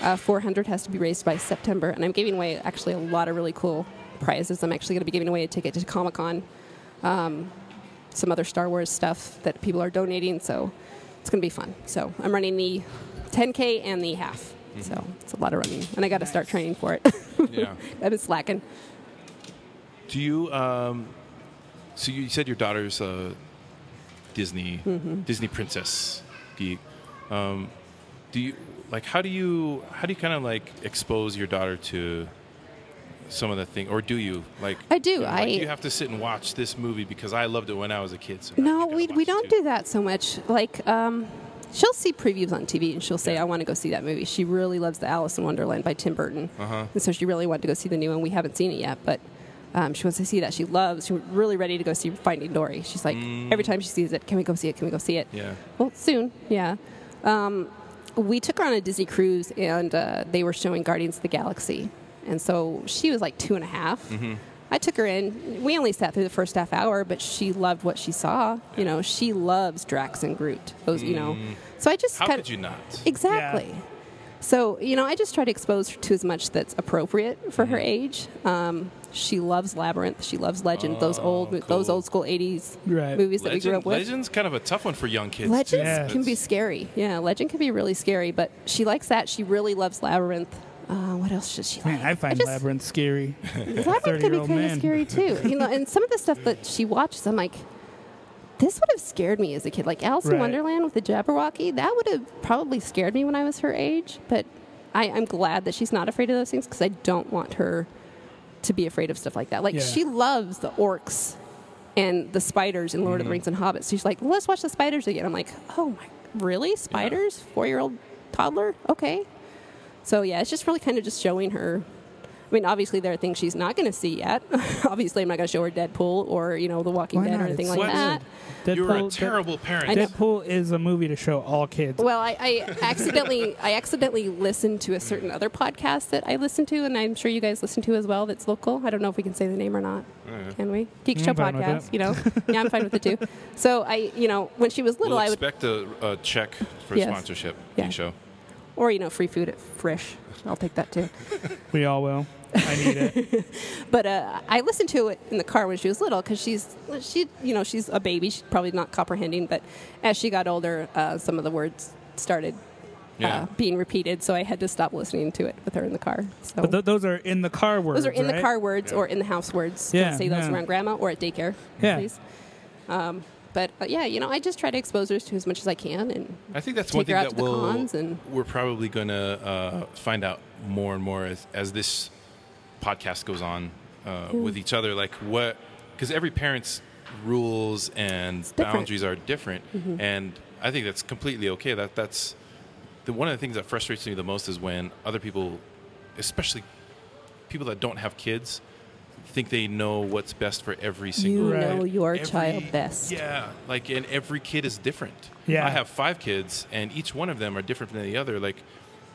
Speaker 5: Uh, Four hundred has to be raised by September, and I'm giving away actually a lot of really cool prizes. I'm actually going to be giving away a ticket to Comic Con, um, some other Star Wars stuff that people are donating. So it's going to be fun. So I'm running the 10k and the half. So it's a lot of running, and I got to start training for it.
Speaker 2: Yeah.
Speaker 5: <laughs> I've been slacking.
Speaker 2: Do you? Um, so you said your daughter's a Disney
Speaker 5: Mm-hmm.
Speaker 2: Disney princess geek. Um, do you like? How do you? How do you kind of like expose your daughter to some of the thing, or do you? Like
Speaker 5: I do.
Speaker 2: like,
Speaker 5: I-
Speaker 2: you have to sit and watch this movie because I loved it when I was a kid. So now
Speaker 5: No,
Speaker 2: you gotta
Speaker 5: we,
Speaker 2: watch
Speaker 5: we
Speaker 2: it
Speaker 5: don't
Speaker 2: too.
Speaker 5: do that so much. Like, um, she'll see previews on TV and she'll say, I want to go see that movie. She really loves the Alice in Wonderland by Tim Burton. Uh-huh. And so she really wanted to go see the new one. We haven't seen it yet, but um, she wants to see that. She loves, she's really ready to go see Finding Dory. She's like, every time she sees it, can we go see it? Can we go see it?
Speaker 2: Yeah.
Speaker 5: Well, soon, yeah. Um, we took her on a Disney cruise, and uh, they were showing Guardians of the Galaxy, and so she was like two and a half.
Speaker 2: Mm-hmm.
Speaker 5: I took her in. We only sat through the first half hour, but she loved what she saw. You know, she loves Drax and Groot. Those, you know. So I just
Speaker 2: Mm. How
Speaker 5: kinda-
Speaker 2: could you not?
Speaker 5: Exactly. So, you know, I just try to expose her to as much that's appropriate for
Speaker 2: Mm-hmm.
Speaker 5: her age. Um, she loves Labyrinth. She loves Legend. those old,
Speaker 2: Oh,
Speaker 5: those
Speaker 2: cool.
Speaker 5: old school '80s
Speaker 4: Right.
Speaker 5: movies that we grew
Speaker 2: Legend,
Speaker 5: up with.
Speaker 2: Legend's kind of a tough one for young kids. too.
Speaker 5: Legends
Speaker 4: Yeah.
Speaker 5: can be
Speaker 2: That's-
Speaker 5: scary. Yeah, Legend can be really scary, but she likes that. She really loves Labyrinth. Uh, what else does she like?
Speaker 4: Man, I find
Speaker 5: just-
Speaker 2: <laughs>
Speaker 4: Labyrinth scary. <laughs>
Speaker 5: Labyrinth can be
Speaker 4: 30-year-old
Speaker 5: kind of
Speaker 4: man. <laughs>
Speaker 5: scary too. You know, and some of the stuff that she watches, I'm like, this would have scared me as a kid. Like Alice in
Speaker 4: Right.
Speaker 5: Wonderland with the Jabberwocky, that would have probably scared me when I was her age. But I, I'm glad that she's not afraid of those things because I don't want her to be afraid of stuff like that. Like
Speaker 4: Yeah.
Speaker 5: she loves the orcs and the spiders in Lord
Speaker 4: Mm-hmm.
Speaker 5: of the Rings and Hobbits. She's like, let's watch the spiders again. I'm like, oh my, really? Spiders? Four year old toddler? Okay. So yeah, it's just really kind of just showing her. I mean, obviously there are things she's not going to see yet. <laughs> obviously, I'm not going to show her Deadpool or you know The Walking
Speaker 4: Why
Speaker 5: Dead or
Speaker 4: not?
Speaker 5: anything
Speaker 4: It's
Speaker 5: like
Speaker 2: so
Speaker 5: that.
Speaker 4: Deadpool,
Speaker 2: You're a
Speaker 4: Dead-
Speaker 2: terrible parent.
Speaker 5: I know.
Speaker 4: Deadpool is a movie to show all kids.
Speaker 5: Well, I, I accidentally I accidentally listened to a certain other podcast that I listen to, and I'm sure you guys listen to as well. That's local. I don't know if we can say the name or not. Can we? Geek
Speaker 4: I'm
Speaker 5: Show
Speaker 4: fine with
Speaker 5: podcast.
Speaker 4: that.
Speaker 5: You know, yeah, I'm fine with
Speaker 4: <laughs>
Speaker 5: it too. So I, you know, when she was little,
Speaker 2: We'll
Speaker 5: I would,
Speaker 2: expect a, a check for
Speaker 5: Yes.
Speaker 2: sponsorship.
Speaker 5: Yeah.
Speaker 2: Geek Show.
Speaker 5: or you know, free food at Frisch. I'll take that too.
Speaker 4: We all will. I need
Speaker 5: <laughs>
Speaker 4: it.
Speaker 5: But uh, I listened to it in the car when she was little because she's she you know she's a baby. She's probably not comprehending, but as she got older, uh, some of the words started.
Speaker 2: Yeah.
Speaker 5: Uh, being repeated, so I had to stop listening to it with her in the car. So.
Speaker 4: But th- those are in the car words.
Speaker 5: Those are in the
Speaker 4: right?
Speaker 5: car words or in the house words. Don't
Speaker 4: Yeah,
Speaker 5: say those
Speaker 4: yeah.
Speaker 5: around grandma or at daycare,
Speaker 4: Yeah.
Speaker 5: please. Um, but uh, yeah, you know, I just try to expose her to as much as I can, and
Speaker 2: I think that's
Speaker 5: Take
Speaker 2: one thing
Speaker 5: her out
Speaker 2: that
Speaker 5: to the
Speaker 2: we'll,
Speaker 5: cons and-
Speaker 2: we're probably going to uh, find out more and more as, as this podcast goes on uh,
Speaker 5: Hmm.
Speaker 2: with each other. Like what, because every parent's rules and
Speaker 5: different. Mm-hmm.
Speaker 2: boundaries are different, and I think that's completely okay. That that's the one of the things that frustrates me the most is when other people, especially people that don't have kids, think they know what's best for every single
Speaker 5: you
Speaker 4: Right.
Speaker 5: know your
Speaker 2: every-
Speaker 5: child best.
Speaker 2: Yeah, like and every kid is different.
Speaker 4: Yeah.
Speaker 2: I have five kids, and each one of them are different than the other. Like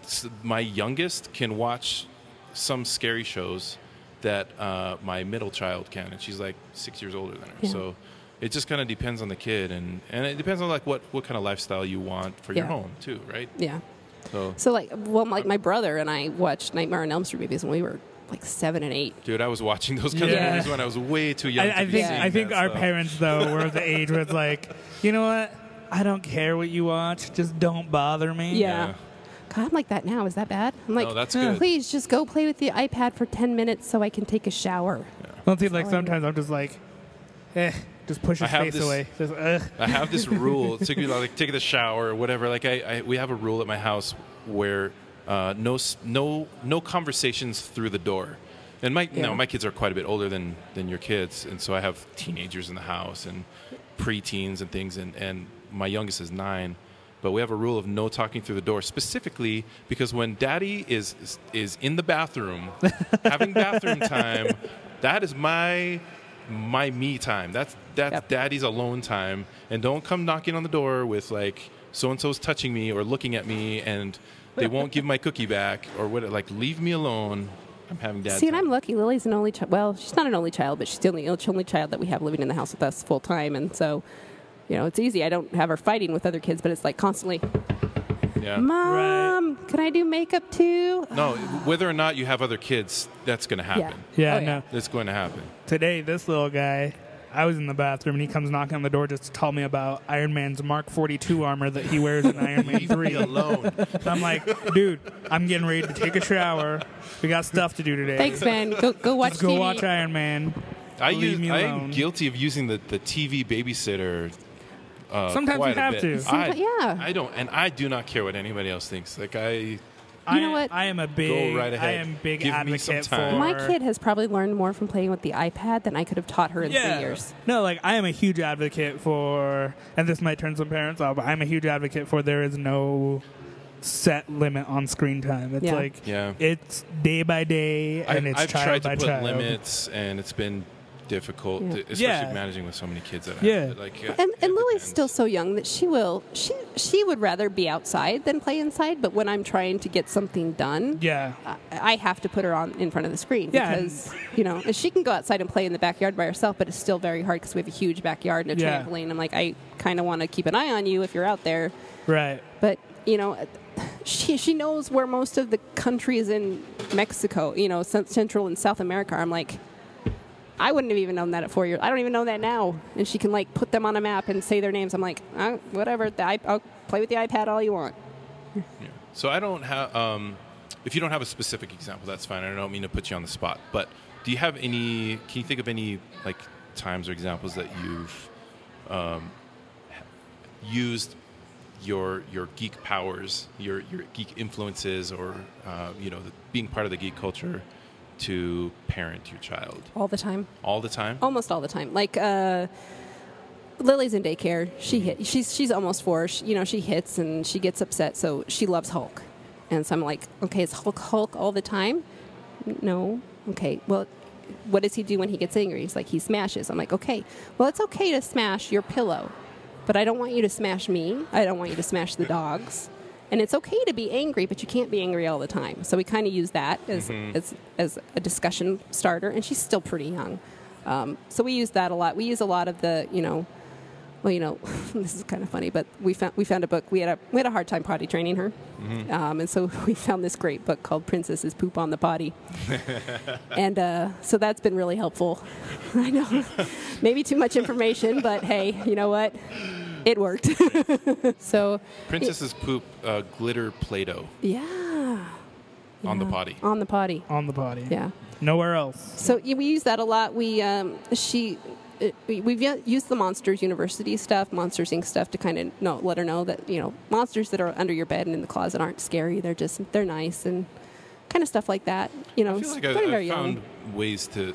Speaker 2: s- my youngest can watch some scary shows that uh, my middle child can, and she's like six years older than her.
Speaker 5: Yeah.
Speaker 2: So it just kind of depends on the kid, and and it depends on like what what kind of lifestyle you want for your
Speaker 5: Yeah.
Speaker 2: home too, right?
Speaker 5: Yeah.
Speaker 2: So.
Speaker 5: So like, well, like my brother and I watched Nightmare on Elm Street movies when we were like seven and eight.
Speaker 2: Dude, I was watching those kind
Speaker 4: Yeah.
Speaker 2: of movies when I was way too young.
Speaker 4: I,
Speaker 2: to
Speaker 4: I
Speaker 2: be
Speaker 4: think
Speaker 2: seeing
Speaker 4: I think
Speaker 2: that
Speaker 4: our
Speaker 2: stuff.
Speaker 4: parents though were of the age where it's like, you know what? I don't care what you watch. Just don't bother me.
Speaker 5: Yeah.
Speaker 2: Yeah.
Speaker 5: God, I'm like that now. Is that bad? I'm like,
Speaker 2: No, that's good.
Speaker 5: please just go play with the iPad for ten minutes so I can take a shower.
Speaker 4: Well, it seems
Speaker 5: Oh,
Speaker 4: like sometimes I'm just like, eh, just push
Speaker 2: I
Speaker 4: his
Speaker 2: have
Speaker 4: face
Speaker 2: this-
Speaker 4: away. Just, ugh.
Speaker 2: I have this rule. It's like, like taking a shower or whatever. Like I, I we have a rule at my house where uh, no s- no no conversations through the door. And my
Speaker 5: Yeah.
Speaker 2: no, my kids are quite a bit older than than your kids, and so I have teenagers in the house and preteens and things. And and my youngest is nine, but we have a rule of no talking through the door specifically because when Daddy is is, is in the bathroom having bathroom time, that is my my me time. That's that's
Speaker 5: Yep.
Speaker 2: daddy's alone time and don't come knocking on the door with like so and so's touching me or looking at me and they won't give my cookie back or what like leave me alone i'm having dad
Speaker 5: See, and
Speaker 2: time.
Speaker 5: I'm lucky. Lily's an only child. Well, she's not an only child, but she's the only, only child that we have living in the house with us full time. And so, you know, it's easy. I don't have her fighting with other kids, but it's like constantly,
Speaker 2: yeah.
Speaker 5: Mom, can I do makeup too?
Speaker 2: no whether or not you have other kids that's going to happen
Speaker 4: Yeah,
Speaker 5: Oh,
Speaker 4: no.
Speaker 2: that's going to happen
Speaker 4: Today, this little guy, I was in the bathroom and he comes knocking on the door just to tell me about Iron Man's Mark 42 armor that he wears in
Speaker 2: <laughs>
Speaker 4: Iron Man
Speaker 2: leave me
Speaker 4: 3.
Speaker 2: alone
Speaker 4: I'm like, dude, I'm getting ready to take a shower. We got stuff to do today.
Speaker 5: Thanks, man. Go go
Speaker 4: <laughs>
Speaker 5: watch
Speaker 4: Just go
Speaker 5: TV.
Speaker 4: watch Iron Man.
Speaker 2: i
Speaker 4: Leave
Speaker 2: use
Speaker 4: me
Speaker 2: i'm
Speaker 4: alone.
Speaker 2: guilty of using the, the tv babysitter uh,
Speaker 4: Sometimes you
Speaker 2: quite a
Speaker 4: have
Speaker 2: bit.
Speaker 4: to.
Speaker 2: I,
Speaker 5: Someti- yeah.
Speaker 2: I don't, and I do not care what anybody else thinks. Like I,
Speaker 4: I,
Speaker 5: know what?
Speaker 4: I am a big.
Speaker 2: right
Speaker 4: I
Speaker 2: ahead.
Speaker 4: am big
Speaker 2: Give me some
Speaker 4: advocate
Speaker 2: time.
Speaker 4: for
Speaker 2: My
Speaker 5: My kid has probably learned more from playing with the iPad than I could have taught her in three years.
Speaker 4: No, like I am a huge advocate for, and this might turn some parents off, but I'm a huge advocate for there is no set limit on screen time. It's
Speaker 5: Yeah.
Speaker 4: like
Speaker 2: Yeah.
Speaker 4: it's day by day and
Speaker 2: I,
Speaker 4: it's
Speaker 2: I've
Speaker 4: child
Speaker 2: tried to
Speaker 4: by
Speaker 2: put
Speaker 4: child.
Speaker 2: limits, and it's been difficult,
Speaker 5: Yeah.
Speaker 2: to- especially
Speaker 4: Yeah.
Speaker 2: managing with so many kids that I
Speaker 4: Yeah.
Speaker 2: have. to, Like, uh,
Speaker 5: And,
Speaker 2: it
Speaker 5: and Lily's
Speaker 2: depends.
Speaker 5: still so young that she will she she would rather be outside than play inside. But when I'm trying to get something done,
Speaker 4: Yeah.
Speaker 5: I, I have to put her on in front of the screen
Speaker 4: Yeah, and-
Speaker 5: because you know and she can go outside and play in the backyard by herself, but it's still very hard because we have a huge backyard and a
Speaker 4: Yeah.
Speaker 5: trampoline. I'm like, I kind of want to keep an eye on you if you're out there,
Speaker 4: Right.
Speaker 5: but you know. <laughs> She, she knows where most of the countries in Mexico, you know, Cen- Central and South America. are. I'm like, I wouldn't have even known that at four years. I don't even know that now. And she can like put them on a map and say their names. I'm like, uh, whatever. The I- I'll play with the iPad all you want.
Speaker 2: So I don't have. Um, if you don't have a specific example, that's fine. I don't mean to put you on the spot, but do you have any? Can you think of any like times or examples that you've um, used your your geek powers, your your geek influences, or uh, you know, the, being part of the geek culture to parent your child
Speaker 5: All the time.
Speaker 2: all the time?
Speaker 5: almost all the time. Like uh, Lily's in daycare. She hit. She's she's almost four. She, you know, she hits and she gets upset. So she loves Hulk, and so I'm like, okay, is Hulk Hulk all the time? No. Okay. Well, what does he do when he gets angry? He's like he smashes. I'm like, okay. Well, it's okay to smash your pillow, but I don't want you to smash me. I don't want you to smash the dogs. And it's okay to be angry, but you can't be angry all the time. So we kind of use that as, as, as a discussion starter. And she's still pretty young. Um, so we use that a lot. We use a lot of the, you know, well, you know, <laughs> this is kind of funny, but we found we found a book. We had a we had a hard time potty training her, um, and so <laughs> we found this great book called "Princesses Poop on the Potty," and uh, so that's been really helpful. <laughs> I know, <laughs> maybe too much information, but hey, you know what? It worked. <laughs> so
Speaker 2: Princesses poop uh, glitter play-doh
Speaker 5: yeah,
Speaker 2: on the
Speaker 5: Yeah. Oh,
Speaker 2: potty.
Speaker 5: on the potty.
Speaker 4: On the body.
Speaker 5: Yeah.
Speaker 4: Nowhere else.
Speaker 5: So yeah, we use that a lot. We um, she uh, we- we've yet- used the Monsters University stuff, Monsters Inc. stuff to kind of no, let her know that you know monsters that are under your bed and in the closet aren't scary. They're just they're nice and kind of stuff like that. You know,
Speaker 2: I feel like
Speaker 5: very,
Speaker 2: I,
Speaker 5: very
Speaker 2: I
Speaker 5: young.
Speaker 2: found ways to.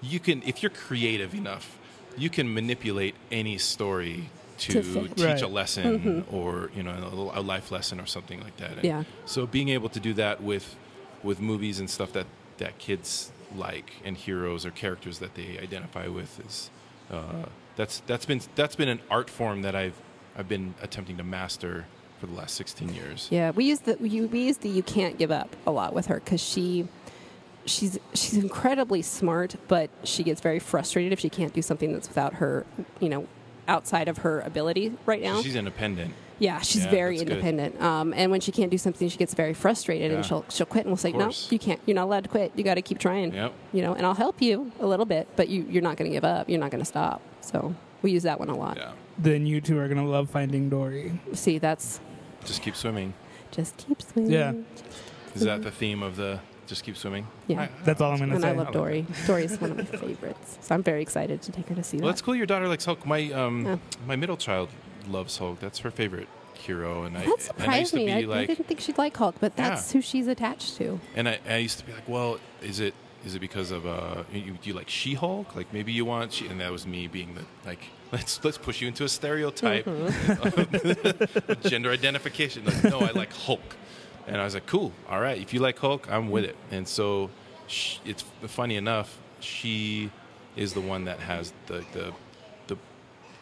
Speaker 2: You can, if you're creative enough, you can manipulate any story to,
Speaker 5: To fit. Mm-hmm.
Speaker 2: teach
Speaker 4: Right.
Speaker 2: a lesson or you know a, little- a life lesson or something like that. And
Speaker 5: Yeah.
Speaker 2: So being able to do that with with movies and stuff that that kids like and heroes or characters that they identify with is uh, that's that's been that's been an art form that I've I've been attempting to master for the last 16 years.
Speaker 5: Yeah, we use the we, we use the you can't give up a lot with her because she she's she's incredibly smart, but she gets very frustrated if she can't do something that's without her, you know, outside of her ability right now.
Speaker 2: She's independent.
Speaker 5: Yeah, she's
Speaker 2: Yeah,
Speaker 5: very
Speaker 2: that's good.
Speaker 5: independent. Um, and when she can't do something, she gets very frustrated
Speaker 2: Yeah.
Speaker 5: and she'll she'll quit. And we'll say,
Speaker 2: Of
Speaker 5: no,
Speaker 2: course.
Speaker 5: you can't. You're not allowed to quit. You got to keep trying.
Speaker 2: Yep.
Speaker 5: You know, and I'll help you a little bit, but you you're not going to give up. You're not going to stop. So we use that one a lot.
Speaker 2: Yeah.
Speaker 4: Then you two are gonna love Finding Dory.
Speaker 5: See, that's
Speaker 2: Just keep swimming.
Speaker 5: just keep swimming.
Speaker 4: Yeah.
Speaker 2: Is
Speaker 5: Mm-hmm.
Speaker 2: that the theme of the just keep swimming?
Speaker 5: Yeah.
Speaker 4: That's all I'm gonna
Speaker 5: And
Speaker 4: say.
Speaker 5: I love Dory. Dory is one of my <laughs> favorites, so I'm very excited to take her to see
Speaker 2: Well,
Speaker 5: that.
Speaker 2: that's cool. Your daughter likes Hulk. My um,
Speaker 5: Yeah.
Speaker 2: my middle child loves Hulk. That's her favorite hero, and I
Speaker 5: That
Speaker 2: and I used
Speaker 5: surprised
Speaker 2: to
Speaker 5: me.
Speaker 2: be
Speaker 5: I, I
Speaker 2: like,
Speaker 5: didn't think she'd like Hulk, but that's
Speaker 2: Yeah.
Speaker 5: who she's attached to.
Speaker 2: and I, I used to be like, well, is it is it because of uh, you, you like She Hulk? Like maybe you want, she, and that was me being the like, let's let's push you into a stereotype, of <laughs> gender identification. Like, no, I like Hulk, and I was like, cool, all right, if you like Hulk, I'm with it. And so, sh it's funny enough, she is the one that has the the the,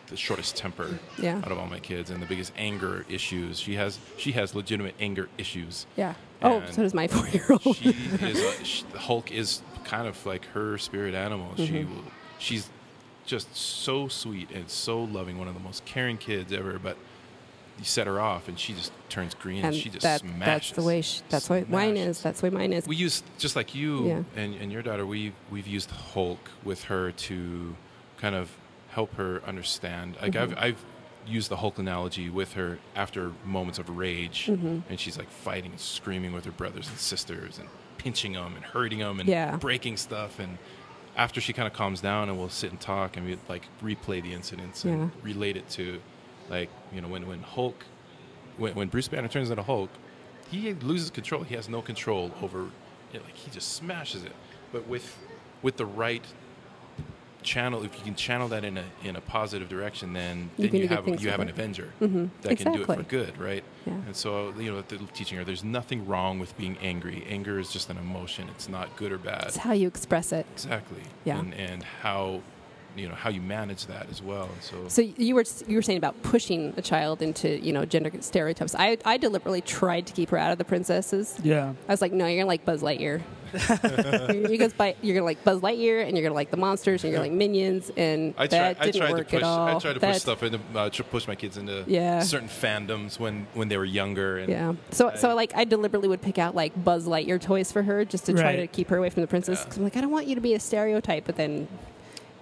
Speaker 2: the shortest temper
Speaker 5: Yeah.
Speaker 2: out of all my kids and the biggest anger issues. She has she has legitimate anger issues.
Speaker 5: Yeah. Oh,
Speaker 2: And-
Speaker 5: so does my <laughs> four-year-old.
Speaker 2: she is a, she, Hulk is kind of like her spirit animal. She
Speaker 5: Mm-hmm.
Speaker 2: will, she's just so sweet and so loving, one of the most caring kids ever. But you set her off, and she just turns green. And, she just
Speaker 5: that,
Speaker 2: smashes.
Speaker 5: that's the way. She, that's why mine
Speaker 2: Smashes.
Speaker 5: is. That's why mine is.
Speaker 2: We use just like you
Speaker 5: Yeah.
Speaker 2: and, and your daughter. We we've used Hulk with her to kind of help her understand. Like I've
Speaker 5: Mm-hmm.
Speaker 2: I've used the Hulk analogy with her after moments of rage,
Speaker 5: Mm-hmm.
Speaker 2: and she's like fighting and screaming with her brothers and sisters and pinching them and hurting them and
Speaker 5: Yeah.
Speaker 2: breaking stuff and. After she kind of calms down, and we'll sit and talk, and we like replay the incidents and
Speaker 5: Yeah.
Speaker 2: relate it to, like you know, when when Hulk, when, when Bruce Banner turns into Hulk, he loses control. He has no control over it. Like he just smashes it. But with with the right channel, if you can channel that in a in a positive direction, then then
Speaker 5: You can
Speaker 2: you
Speaker 5: do good
Speaker 2: have
Speaker 5: things
Speaker 2: you have
Speaker 5: with
Speaker 2: an
Speaker 5: it. Mm-hmm.
Speaker 2: Avenger that can do it
Speaker 5: Exactly.
Speaker 2: for good, right?
Speaker 5: Yeah.
Speaker 2: And so you know, they're teaching her there's nothing wrong with being angry. Anger is just an emotion. It's not good or bad.
Speaker 5: It's how you express it.
Speaker 2: Exactly.
Speaker 5: Yeah.
Speaker 2: And and how you know how you manage that as well. And so,
Speaker 5: So you were you were saying about pushing a child into you know gender stereotypes. I I deliberately tried to keep her out of the princesses.
Speaker 4: Yeah.
Speaker 5: I was like, no, you're gonna like Buzz Lightyear. <laughs> you guys by, you're gonna like Buzz Lightyear, and you're gonna like the monsters, and you're gonna like minions, and
Speaker 2: I, try,
Speaker 5: that
Speaker 2: I
Speaker 5: didn't
Speaker 2: tried to
Speaker 5: work
Speaker 2: push.
Speaker 5: at all.
Speaker 2: I tried to push
Speaker 5: That-
Speaker 2: stuff into uh, to push my kids into
Speaker 5: Yeah.
Speaker 2: certain fandoms when when they were younger. And
Speaker 5: Yeah. So so
Speaker 2: I-
Speaker 5: like I deliberately would pick out like Buzz Lightyear toys for her just to try
Speaker 4: Right.
Speaker 5: to keep her away from the princess. 'cause I'm like, I don't want you to be a stereotype, but then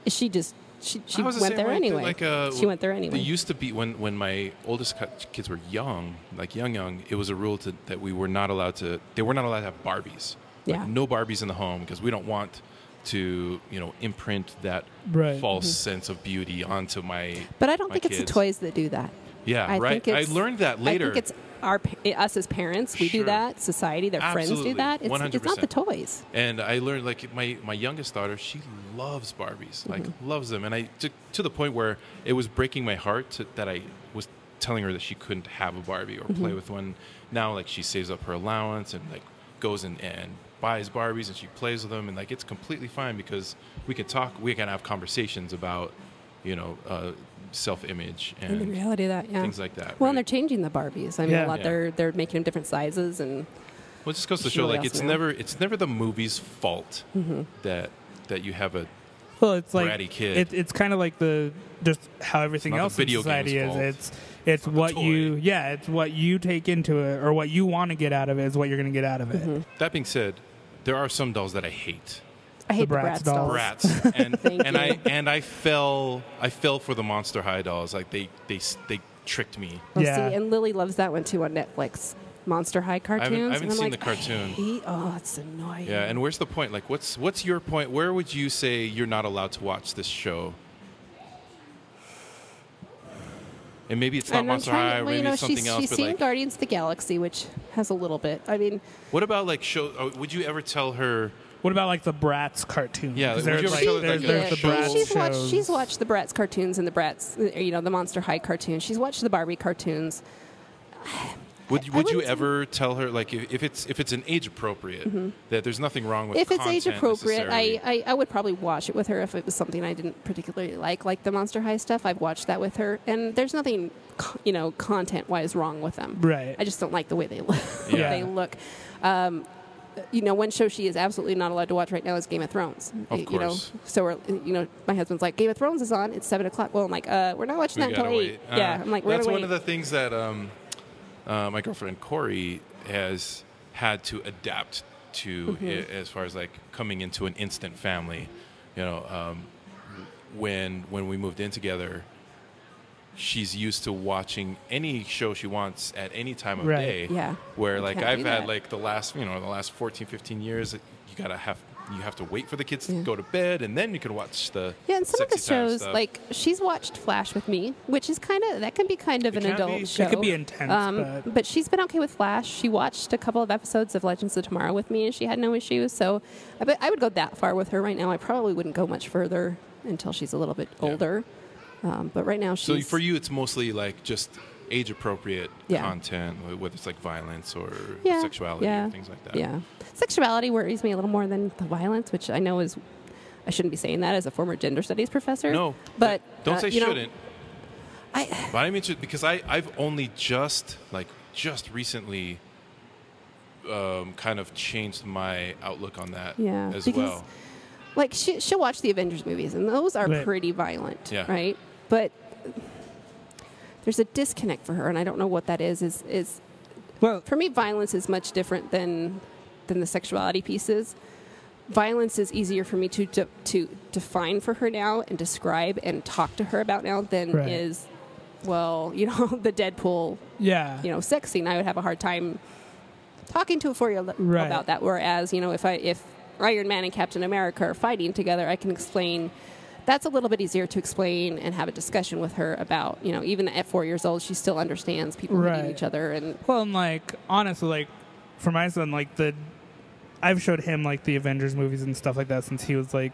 Speaker 5: she just she she
Speaker 2: I was the
Speaker 5: went
Speaker 2: same
Speaker 5: there
Speaker 2: way,
Speaker 5: anyway.
Speaker 2: Like, uh,
Speaker 5: she went there anyway.
Speaker 2: It used to be when, when my oldest cu- kids were young, like young young, it was a rule to, that we were not allowed to. They were not allowed to have Barbies. Like,
Speaker 5: Yeah.
Speaker 2: no Barbies in the home because we don't want to you know imprint that
Speaker 4: Right.
Speaker 2: false sense of beauty onto my.
Speaker 5: Mm-hmm. But I don't
Speaker 2: my
Speaker 5: think it's the
Speaker 2: kids.
Speaker 5: toys that do that.
Speaker 2: Yeah,
Speaker 5: I
Speaker 2: right.
Speaker 5: Think it's,
Speaker 2: I learned that
Speaker 5: I
Speaker 2: later.
Speaker 5: think it's our pa- us as parents. We
Speaker 2: Sure.
Speaker 5: do that. Society, their friends
Speaker 2: Absolutely.
Speaker 5: do that. It's, it's not the
Speaker 2: 100%.
Speaker 5: toys.
Speaker 2: and I learned like my, my youngest daughter, she loves Barbies, like
Speaker 5: Mm-hmm.
Speaker 2: loves them, and I to, to the point where it was breaking my heart to, that I was telling her that she couldn't have a Barbie or
Speaker 5: Mm-hmm.
Speaker 2: play with one. Now like she saves up her allowance and like goes and, and buys Barbies and she plays with them, and like it's completely fine because we can talk, we can have conversations about you know uh, self image and
Speaker 5: And the reality of that, yeah,
Speaker 2: things like that,
Speaker 5: Well, and
Speaker 2: right?
Speaker 5: they're changing the Barbies. I mean,
Speaker 4: Yeah.
Speaker 5: a lot.
Speaker 2: Yeah.
Speaker 5: They're they're making them different sizes, and
Speaker 2: Well, it just goes to
Speaker 5: She
Speaker 2: show
Speaker 5: really
Speaker 2: like
Speaker 5: asked
Speaker 2: it's
Speaker 5: me. Mm-hmm.
Speaker 2: never it's never the movie's fault that that you have a
Speaker 4: Well, it's like
Speaker 2: Bratty kid.
Speaker 4: It, it's kind of like the just how everything
Speaker 2: not the
Speaker 4: else in
Speaker 2: video
Speaker 4: society
Speaker 2: game's
Speaker 4: is.
Speaker 2: fault.
Speaker 4: It's it's
Speaker 2: not the
Speaker 4: what
Speaker 2: toy.
Speaker 4: you yeah, it's what you take into it or what you want to get out of it is what you're going to get out of it.
Speaker 5: Mm-hmm.
Speaker 2: That being said, there are some dolls that I hate.
Speaker 5: I hate the
Speaker 4: Bratz
Speaker 5: Bratz
Speaker 4: dolls.
Speaker 5: dolls.
Speaker 2: Brats. And
Speaker 5: <laughs> Thank
Speaker 2: and I
Speaker 5: you.
Speaker 2: and I fell I fell for the Monster High dolls. Like they they s- they tricked me.
Speaker 5: Oh,
Speaker 4: Yeah.
Speaker 5: See, and Lily loves that one too on Netflix. Monster High cartoons.
Speaker 2: I haven't
Speaker 5: and I'm
Speaker 2: seen
Speaker 5: like,
Speaker 2: the cartoon.
Speaker 5: I hate- oh, it's annoying.
Speaker 2: Yeah, and where's the point? Like what's what's your point? Where would you say you're not allowed to watch this show? And maybe it's not
Speaker 5: I'm
Speaker 2: Monster
Speaker 5: trying-
Speaker 2: High,
Speaker 5: well,
Speaker 2: maybe
Speaker 5: you know,
Speaker 2: it's something
Speaker 5: she's,
Speaker 2: else,
Speaker 5: she's
Speaker 2: but
Speaker 5: seen
Speaker 2: like
Speaker 5: Guardians of the Galaxy, which has a little bit. I mean,
Speaker 2: what about like show oh, would you ever tell her
Speaker 4: What about like the Bratz cartoon?
Speaker 2: Yeah, would
Speaker 4: 'Cause there's
Speaker 2: you ever
Speaker 4: like,
Speaker 2: tell it,
Speaker 4: there's,
Speaker 2: like,
Speaker 4: there's
Speaker 2: a
Speaker 4: the
Speaker 2: show?
Speaker 4: Bratz
Speaker 5: she's watched
Speaker 4: shows.
Speaker 5: she's watched the Bratz cartoons and the Bratz, you know, the Monster High cartoons. She's watched the Barbie cartoons.
Speaker 2: Would
Speaker 5: I
Speaker 2: you, would you
Speaker 5: wouldn't say-
Speaker 2: ever tell her like if if it's if it's an age appropriate that there's nothing wrong with
Speaker 5: Mm-hmm. if it's
Speaker 2: content
Speaker 5: age appropriate, I,
Speaker 2: necessarily?
Speaker 5: I I would probably watch it with her if it was something I didn't particularly like, like the Monster High stuff. I've watched that with her, and there's nothing, co- you know, content wise wrong with them.
Speaker 4: Right.
Speaker 5: I just don't like the way they look. <laughs>
Speaker 2: Yeah.
Speaker 5: they look. Um, you know, one show she is absolutely not allowed to watch right now is Game of Thrones.
Speaker 2: Of
Speaker 5: you
Speaker 2: course.
Speaker 5: know, so we're, you know, my husband's like, Game of Thrones is on. It's seven o'clock. Well, I'm like, uh, we're not watching
Speaker 2: We
Speaker 5: that
Speaker 2: gotta
Speaker 5: until
Speaker 2: wait.
Speaker 5: eight. yeah,
Speaker 2: Uh,
Speaker 5: I'm like, we're
Speaker 2: that's
Speaker 5: gonna
Speaker 2: one
Speaker 5: wait.
Speaker 2: of the things that um, uh, my girlfriend Corey has had to adapt to
Speaker 5: Mm-hmm.
Speaker 2: i- as far as like coming into an instant family. You know, um, when when we moved in together, she's used to watching any show she wants at any time of
Speaker 4: Right.
Speaker 2: day.
Speaker 5: Yeah.
Speaker 2: Where
Speaker 5: You
Speaker 2: like
Speaker 5: can't
Speaker 2: I've
Speaker 5: do
Speaker 2: had
Speaker 5: that.
Speaker 2: like the last you know the last 14, 15 years, you gotta have you have to wait for the kids to
Speaker 5: Yeah.
Speaker 2: go to bed and then you can watch the
Speaker 5: Yeah, and some of the
Speaker 2: sexy time
Speaker 5: shows,
Speaker 2: stuff.
Speaker 5: like she's watched Flash with me, which is kind of that can be kind of
Speaker 2: It
Speaker 5: an
Speaker 2: can
Speaker 5: adult
Speaker 2: be. It
Speaker 5: show. Um,
Speaker 4: could be intense, but-
Speaker 5: she's been okay with Flash. She watched a couple of episodes of Legends of Tomorrow with me, and she had no issues. So, I, bet I would go that far with her right now. I probably wouldn't go much further until she's a little bit older. Um, but right now, she's
Speaker 2: So for you, it's mostly like just age appropriate
Speaker 5: Yeah.
Speaker 2: content, wh- whether it's like violence or
Speaker 5: yeah,
Speaker 2: sexuality
Speaker 5: yeah,
Speaker 2: or things like that.
Speaker 5: Yeah, sexuality worries me a little more than the violence, which I know is. I shouldn't be saying that as a former gender studies professor.
Speaker 2: No,
Speaker 5: but
Speaker 2: don't
Speaker 5: uh,
Speaker 2: say
Speaker 5: you know,
Speaker 2: shouldn't.
Speaker 5: I,
Speaker 2: But I'm interested because I I've only just like just recently. Um, kind of changed my outlook on that
Speaker 5: Yeah,
Speaker 2: as
Speaker 5: because-
Speaker 2: well.
Speaker 5: like she, she'll watch the Avengers movies, and those are
Speaker 4: Right.
Speaker 5: pretty violent,
Speaker 2: Yeah.
Speaker 5: right? But there's a disconnect for her, and I don't know what that is. Is is
Speaker 4: Well,
Speaker 5: for me, violence is much different than than the sexuality pieces. Violence is easier for me to de- to define for her now and describe and talk to her about now than
Speaker 4: Right.
Speaker 5: is well, you know, <laughs> the Deadpool
Speaker 4: yeah.
Speaker 5: you know sex scene i would have a hard time talking to a four year old
Speaker 4: Right.
Speaker 5: about that whereas you know if i if iron man and captain america are fighting together i can explain that's a little bit easier to explain and have a discussion with her about. You know, even at four years old, she still understands people
Speaker 4: Right.
Speaker 5: hating each other and
Speaker 4: Well, and like honestly, like for my son, like the I've showed him like the Avengers movies and stuff like that since he was like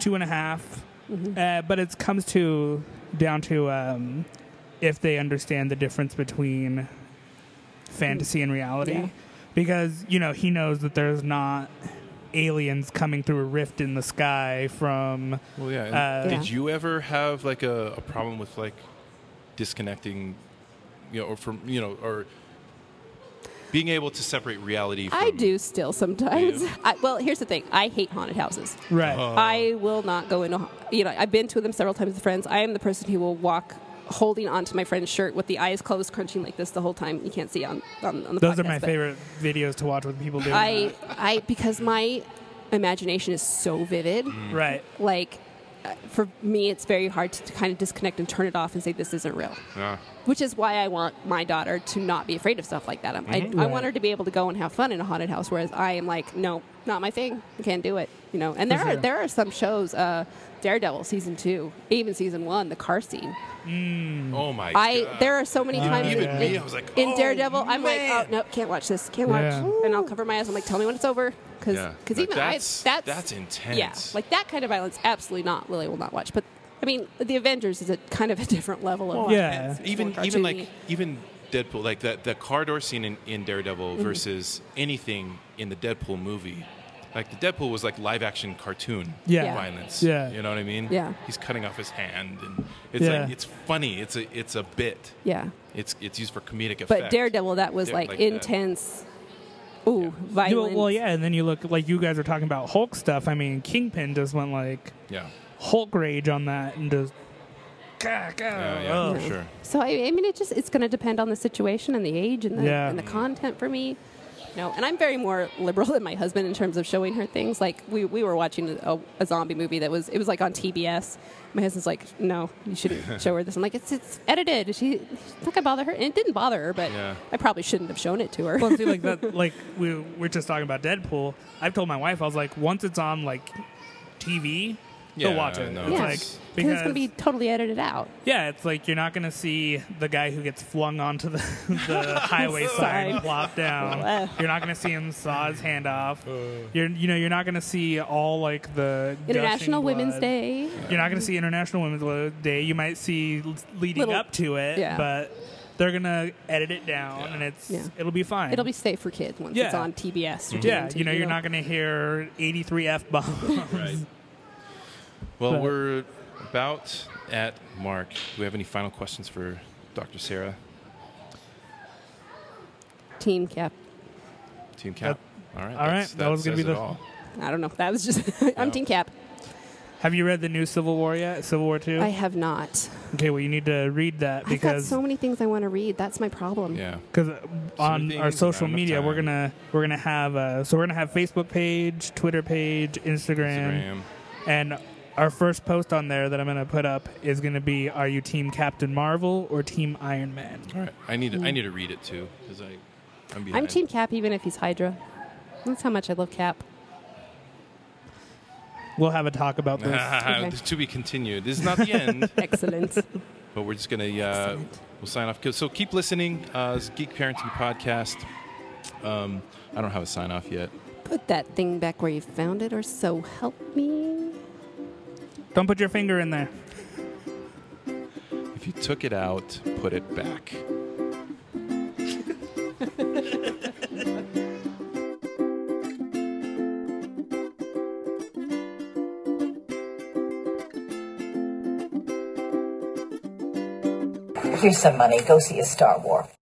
Speaker 4: two and a half.
Speaker 5: Mm-hmm.
Speaker 4: Uh, but it comes to down to um, if they understand the difference between fantasy and reality,
Speaker 5: Yeah.
Speaker 4: because you know he knows that there's not aliens coming through a rift in the sky from
Speaker 2: Well, yeah. and
Speaker 4: Uh,
Speaker 2: did
Speaker 5: Yeah.
Speaker 2: you ever have like a, a problem with like disconnecting, you know, or from you know, or being able to separate reality? From,
Speaker 5: I do still sometimes.
Speaker 2: Do you?
Speaker 5: I, well, here's the thing: I hate haunted houses.
Speaker 4: right.
Speaker 5: I will not go into. You know, I've been to them several times with friends. I am the person who will walk holding onto my friend's shirt with the eyes closed, crunching like this the whole time. You can't see on on, on the.
Speaker 4: Those are
Speaker 5: podcast,
Speaker 4: my
Speaker 5: but
Speaker 4: favorite videos to watch with people doing
Speaker 5: I I because my imagination is so vivid.
Speaker 4: that. Right.
Speaker 5: Like, uh, for me, it's very hard to, to kind of disconnect and turn it off and say this isn't real.
Speaker 2: Yeah.
Speaker 5: Which is why I want my daughter to not be afraid of stuff like that. I, I, I
Speaker 4: Mm-hmm. Right.
Speaker 5: want her to be able to go and have fun in a haunted house, whereas I am like, no, not my thing. I can't do it. You know. And there
Speaker 4: For
Speaker 5: are
Speaker 4: sure.
Speaker 5: there are some shows, uh, Daredevil season two, even season one, the car scene.
Speaker 2: Oh my!
Speaker 5: I
Speaker 2: God.
Speaker 5: there are so many times
Speaker 2: Oh, Even
Speaker 5: in,
Speaker 2: me, I was like,
Speaker 5: in
Speaker 2: oh,
Speaker 5: Daredevil, I'm
Speaker 2: man.
Speaker 5: like, oh no, can't watch this, can't watch,
Speaker 4: Yeah.
Speaker 5: and I'll cover my eyes. I'm like, tell me when it's over, because
Speaker 2: Yeah.
Speaker 5: because
Speaker 2: Like,
Speaker 5: even
Speaker 2: that's-
Speaker 5: I that's
Speaker 2: that's intense.
Speaker 5: Yeah, like that kind of violence, absolutely not. Lily will not watch, but. I mean, the Avengers is a kind of a <laughs> different level of
Speaker 4: yeah.
Speaker 5: violence. It's
Speaker 2: even
Speaker 5: more
Speaker 2: even
Speaker 5: cartoony.
Speaker 2: like even Deadpool, like that the car door scene in, in
Speaker 4: Mm-hmm.
Speaker 2: Daredevil versus anything in the Deadpool movie. Like the Deadpool was like live action cartoon
Speaker 4: Yeah.
Speaker 5: Yeah.
Speaker 2: violence.
Speaker 4: Yeah.
Speaker 2: you know what I mean.
Speaker 5: Yeah.
Speaker 2: he's cutting off his hand, and it's
Speaker 4: Yeah.
Speaker 2: like it's funny. It's a it's a bit.
Speaker 5: yeah.
Speaker 2: It's it's used for comedic effect.
Speaker 5: But Daredevil, that was
Speaker 2: Dare-
Speaker 5: like,
Speaker 2: like that.
Speaker 5: intense. Ooh,
Speaker 4: You know,
Speaker 5: violence.
Speaker 4: well, yeah, and then you look like you guys are talking about Hulk stuff. I mean, Kingpin just went like
Speaker 2: Yeah,
Speaker 4: Hulk rage on that and just. Gah, gah,
Speaker 2: Oh,
Speaker 4: oh."
Speaker 2: yeah, yeah
Speaker 4: ugh.
Speaker 2: for
Speaker 4: <laughs>
Speaker 2: sure.
Speaker 5: So I, I mean, it just it's going to depend on the situation and the age and the
Speaker 4: Yeah.
Speaker 5: and the content for me. You know, and I'm very more liberal <laughs> than my husband in terms of showing her things. Like we, we were watching a, a zombie movie that was it was like on TBS. My husband's like, no, you
Speaker 2: <laughs>
Speaker 5: shouldn't show her this. I'm like, it's it's edited. She it's not gonna bother her, and it didn't bother her. But
Speaker 2: Yeah.
Speaker 5: I probably shouldn't have shown it to <laughs> her.
Speaker 4: Well, see, like that, like we we're just talking about Deadpool. I've told my wife I was like, once it's on like TV, go
Speaker 2: Yeah,
Speaker 4: watch it.
Speaker 2: no,
Speaker 4: It's
Speaker 2: Yeah.
Speaker 4: like
Speaker 2: it's-
Speaker 5: because
Speaker 4: because
Speaker 5: it's gonna be totally edited out.
Speaker 4: yeah, it's like you're not gonna see the guy who gets flung onto the <laughs>
Speaker 5: <laughs>
Speaker 4: the highway sign
Speaker 5: Sign.
Speaker 4: plop down.
Speaker 5: Wow.
Speaker 4: you're not gonna see him saw his hand
Speaker 2: Uh.
Speaker 4: off. You're you know you're not gonna see all like the gushing
Speaker 5: International Women's
Speaker 4: blood.
Speaker 5: Day.
Speaker 4: You're not going to see International Women's Day. You might see l- leading
Speaker 5: Little-
Speaker 4: up to it,
Speaker 5: yeah.
Speaker 4: but they're going to edit it down,
Speaker 2: Yeah.
Speaker 4: and it's
Speaker 5: Yeah.
Speaker 4: it'll be fine.
Speaker 5: It'll be safe for kids once it's
Speaker 4: Yeah.
Speaker 5: on TBS. Or
Speaker 4: yeah.
Speaker 5: TNT,
Speaker 4: You know, you're not going to hear 83 f
Speaker 5: <laughs>
Speaker 4: bombs.
Speaker 2: Right. Well,
Speaker 4: But-
Speaker 2: we're about at mark. Do we have any final questions for Dr. Sarah,
Speaker 5: team cap.
Speaker 2: Team Cap? all right.
Speaker 4: all right,
Speaker 2: that's-
Speaker 4: that was gonna
Speaker 2: says
Speaker 4: be
Speaker 2: it
Speaker 4: the-
Speaker 2: all.
Speaker 5: I don't know. That was just <laughs> I'm
Speaker 2: Yeah.
Speaker 5: team cap.
Speaker 4: Have you read the new Civil War yet? Civil War Two.
Speaker 5: I have not.
Speaker 4: Okay, well you need to read that
Speaker 5: I've got
Speaker 4: because
Speaker 5: so many things I want to read. That's my problem.
Speaker 2: Yeah.
Speaker 4: because on
Speaker 2: things
Speaker 4: our
Speaker 2: and not
Speaker 4: social
Speaker 2: enough
Speaker 4: media we're
Speaker 2: time.
Speaker 4: gonna we're gonna have uh, so we're gonna have Facebook page, Twitter page, Instagram,
Speaker 2: Instagram.
Speaker 4: and our first post on there that I'm gonna put up is gonna be: Are you Team Captain Marvel or Team Iron Man?
Speaker 2: All right. I need to, I need to read it too because I I'm behind. <laughs>
Speaker 5: I'm team cap even if he's Hydra. That's how much I
Speaker 4: <laughs>
Speaker 5: love Cap.
Speaker 4: We'll have a talk about this.
Speaker 2: <laughs>
Speaker 5: Okay.
Speaker 2: to be continued. This is not the end,
Speaker 5: Excellent.
Speaker 2: but we're just gonna uh,
Speaker 5: Excellent.
Speaker 2: we'll sign off. So keep listening. Uh, it's Geek Parenting Podcast. Um, I don't have a sign off yet.
Speaker 5: Put that thing back where you found it, or so help me.
Speaker 4: Don't put your finger in there.
Speaker 2: If you took it out, put it back.
Speaker 6: Here's some money. Go see a Star War.